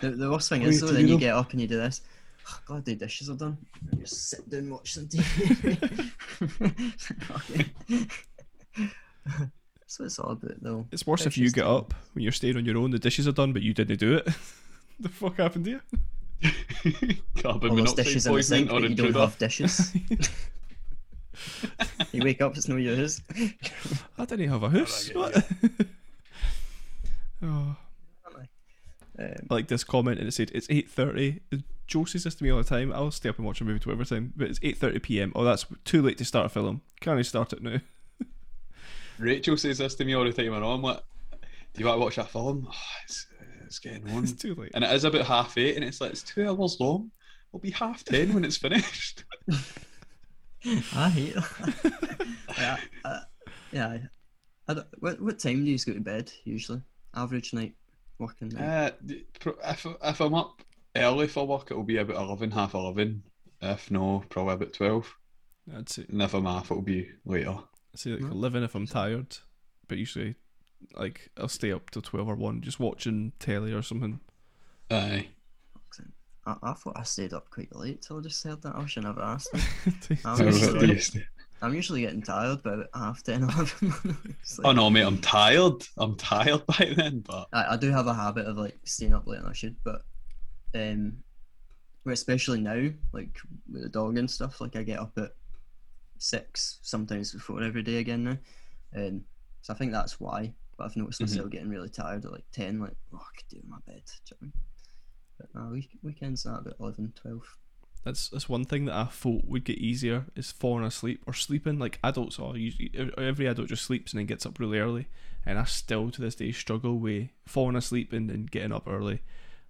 B: the, the worst thing
D: What
B: is
D: do
B: though,
D: you
B: then
D: do?
B: you get up and you do this. glad the dishes are done. And you just sit down, and watch some TV. That's what it's all about, though.
C: It's worse if you
B: Dishes
C: get
B: done.
C: up when you're staying on your own, the dishes are done, but you didn't do it. the fuck happened to you?
D: carbon
B: All those
D: monoxide
B: dishes in the
D: poisoning
B: sink,
D: or
B: but you don't
D: intruder.
B: have dishes. you wake up, it's no yours.
C: I didn't have a house.
D: get
C: What? oh.
B: Um,
C: I like this comment and it said it's eight thirty. Joe says this to me all the time. I'll stay up and watch a movie to whatever time, but it's eight thirty p.m. Oh, that's too late to start a film. Can I start it now?
D: Rachel says this to me all the time, and I'm like, "Do you want to watch that film? Oh, it's, it's getting on."
C: It's too late.
D: and it is about half eight, and it's like it's two hours long. It'll be half ten when it's finished.
B: I hate that. yeah, I, yeah. I- I don't, what, what time do you go to bed usually? Average night, working night.
D: uh, d- pro- if if I'm up early for work, it'll be about eleven, half eleven. If no, probably about twelve.
C: I'd say,
D: And if I'm off, it'll be later.
C: I'd say like eleven if I'm tired, but usually, like I'll stay up till twelve or one, just watching telly or something.
D: Aye.
B: I, I thought I stayed up quite late till I just heard that. I should never asked. I'm
D: How
B: usually,
D: about
B: getting-
D: these?
B: I'm usually getting tired by about half ten, eleven. It's like-
D: Oh no, mate, I'm tired. I'm tired by then, but
B: I, I do have a habit of like staying up later than I should, but um, well, especially now, like with the dog and stuff, like I get up at six, sometimes before every day again now, um, so I think that's why. But I've noticed
D: Mhm.
B: myself getting really tired at like ten, like oh, I could do it in my bed. Do you know what I mean? But no, week- weekends are about 11, 12.
C: That's that's one thing that I thought would get easier is falling asleep or sleeping. Like adults are usually every adult just sleeps and then gets up really early, and I still to this day struggle with falling asleep and, and getting up early.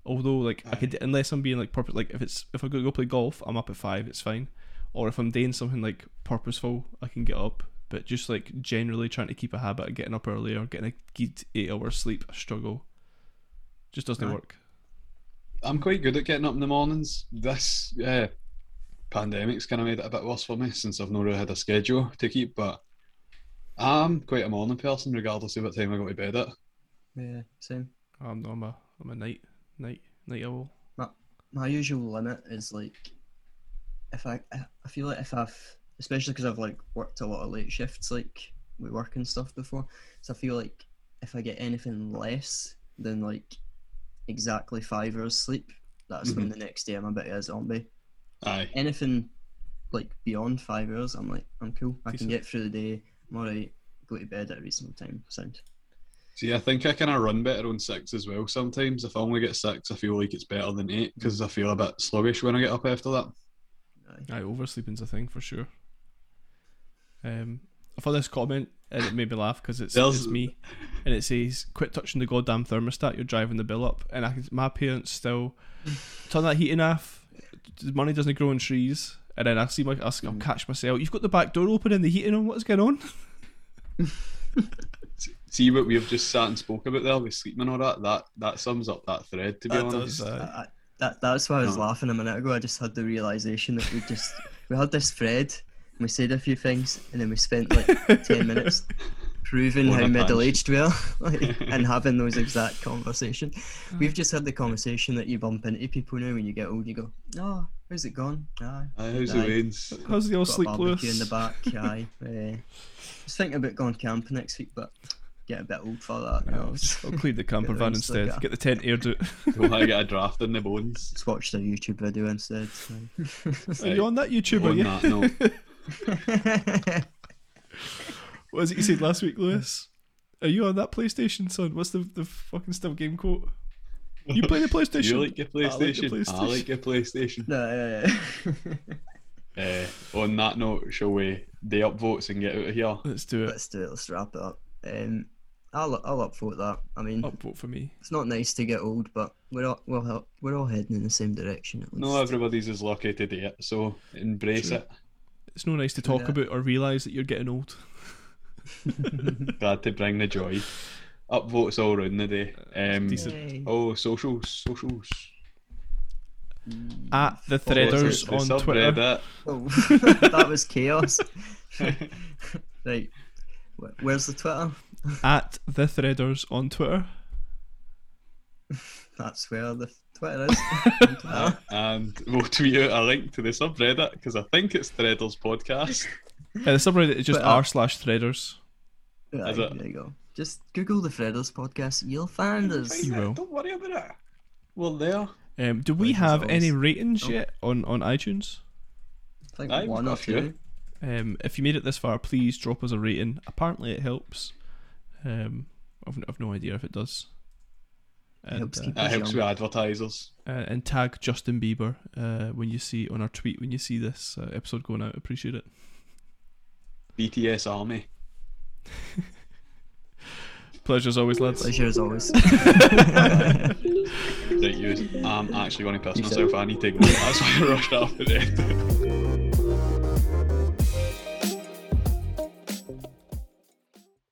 C: Although like I could unless I'm being like purpose like if it's if I go go play golf I'm up at five it's fine, or if I'm doing something like purposeful I can get up. But just like generally trying to keep a habit of getting up early or getting a good eight hour sleep, I struggle. Just doesn't
B: Right.
C: work.
D: I'm quite good at getting up in the mornings. This uh, pandemic's kind of made it a bit worse for me since I've not really had a schedule to keep, but I'm quite a morning person regardless of what time I go to bed at.
B: Yeah, same.
C: I'm I'm a I'm a night night night owl.
B: my usual limit is like if I I I feel like if I've especially because I've like worked a lot of late shifts like we work and stuff before, so I feel like if I get anything less than like exactly five hours sleep, that's when the next day I'm a bit of a zombie.
D: Aye.
B: Anything like beyond five hours, I'm like I'm cool. I can
C: Decent.
B: get through the day. I'm alright. Go to bed at a reasonable time. Sound.
D: See, I think I kind of run better on six as well sometimes. If I only get six, I feel like it's better than eight because I feel a bit sluggish when I get up after that.
C: Aye, oversleeping's a thing for sure. Um, for this comment, and it made me laugh because it's,
D: There's-
C: it's me, and it says, "Quit touching the goddamn thermostat. You're driving the bill up." And I, can- my parents still turn that heating off. The money doesn't grow in trees. And then I see my, I s-
B: Mm.
C: I'll catch myself. You've got the back door open and the heating on. What's going on?
D: See what we've just sat and spoke about there with sleeping and all that. That that sums up that thread. To be
C: That
D: honest,
C: does. Uh,
B: I, I, that that's why I was
D: No.
B: laughing a minute ago. I just had the realization that we just we had this thread, and we said a few things, and then we spent like ten minutes proving
D: On
B: how
D: a
B: middle aged we are, like, and having those exact conversation. We've just had the conversation that you bump into people now when you get old. You go, oh, how's it gone? Aye,
D: Aye, how's the
B: Aye.
D: veins?
C: How's the old
B: got a barbecue in
C: sleepless?
B: the back. Aye, uh, just thinking about going camping next week, but get a bit old for that. You know.
C: I'll, just- I'll clean the camper
B: Get the
C: van
B: rooms like
C: instead.
B: that.
C: Get the tent aired out.
D: Don't want to get a draft in the bones.
B: Just watched a YouTube video instead. so.
C: Are you on that YouTube? Are
D: On
C: you?
D: that note,
C: What was it you said last week, Lewis? Are you on that PlayStation, son? What's the the fucking still game quote? You play the PlayStation.
D: you like your PlayStation? I
C: PlayStation.
D: like your PlayStation.
B: No, yeah, yeah.
D: Uh, on that note, shall we day upvotes and get out of here?
C: Let's do it.
B: let's do it. Let's wrap it up. Um, I'll I'll upvote that. I mean,
C: Upvote for me.
B: it's not nice to get old, but we're all we're all, we're all heading in the same direction at least.
D: No, everybody's as lucky to do it, so embrace
C: True.
D: it.
C: It's no nice to talk
B: Yeah.
C: about or realise that you're getting old.
D: Glad to bring the joy. Upvotes all round the day. Um,
C: decent.
B: Yay.
D: Oh, socials, socials.
B: Mm.
C: At the
D: What's
C: Threaders
D: it? The
C: on Twitter.
D: subreddit.
B: Oh, that was chaos. right, Wh- where's the Twitter?
C: At the Threaders on Twitter.
B: That's where the Twitter is.
D: Uh, and we'll tweet out a link to the subreddit because I think it's Threaders Podcast.
C: Yeah, the subreddit is just
B: Twitter.
C: r slash Threaders.
B: Right,
D: Is it?
B: there you go. Just Google the Fredders podcast. You'll find us.
C: You will.
D: Don't worry about it. We're there.
C: Um, do we
B: Like as
C: have
B: always.
C: any ratings
B: Oh.
C: yet on on iTunes?
B: I think
D: Aye,
B: one
D: we've
B: or
D: got a few.
B: two.
C: Um, if you made it this far, please drop us a rating. Apparently, it helps. Um, I've, I've no idea if it does. And,
B: helps
C: uh,
B: keep
D: That
B: us
D: helps
B: young.
D: with advertisers.
C: uh, and tag Justin Bieber uh, when you see on our tweet when you see this uh, episode going out. Appreciate it.
D: BTS Army.
C: Pleasure as always, lads.
B: Pleasure as always.
D: Right, you. I'm actually going to piss
B: You said-
D: myself. I need to go. That's why I rushed off the end.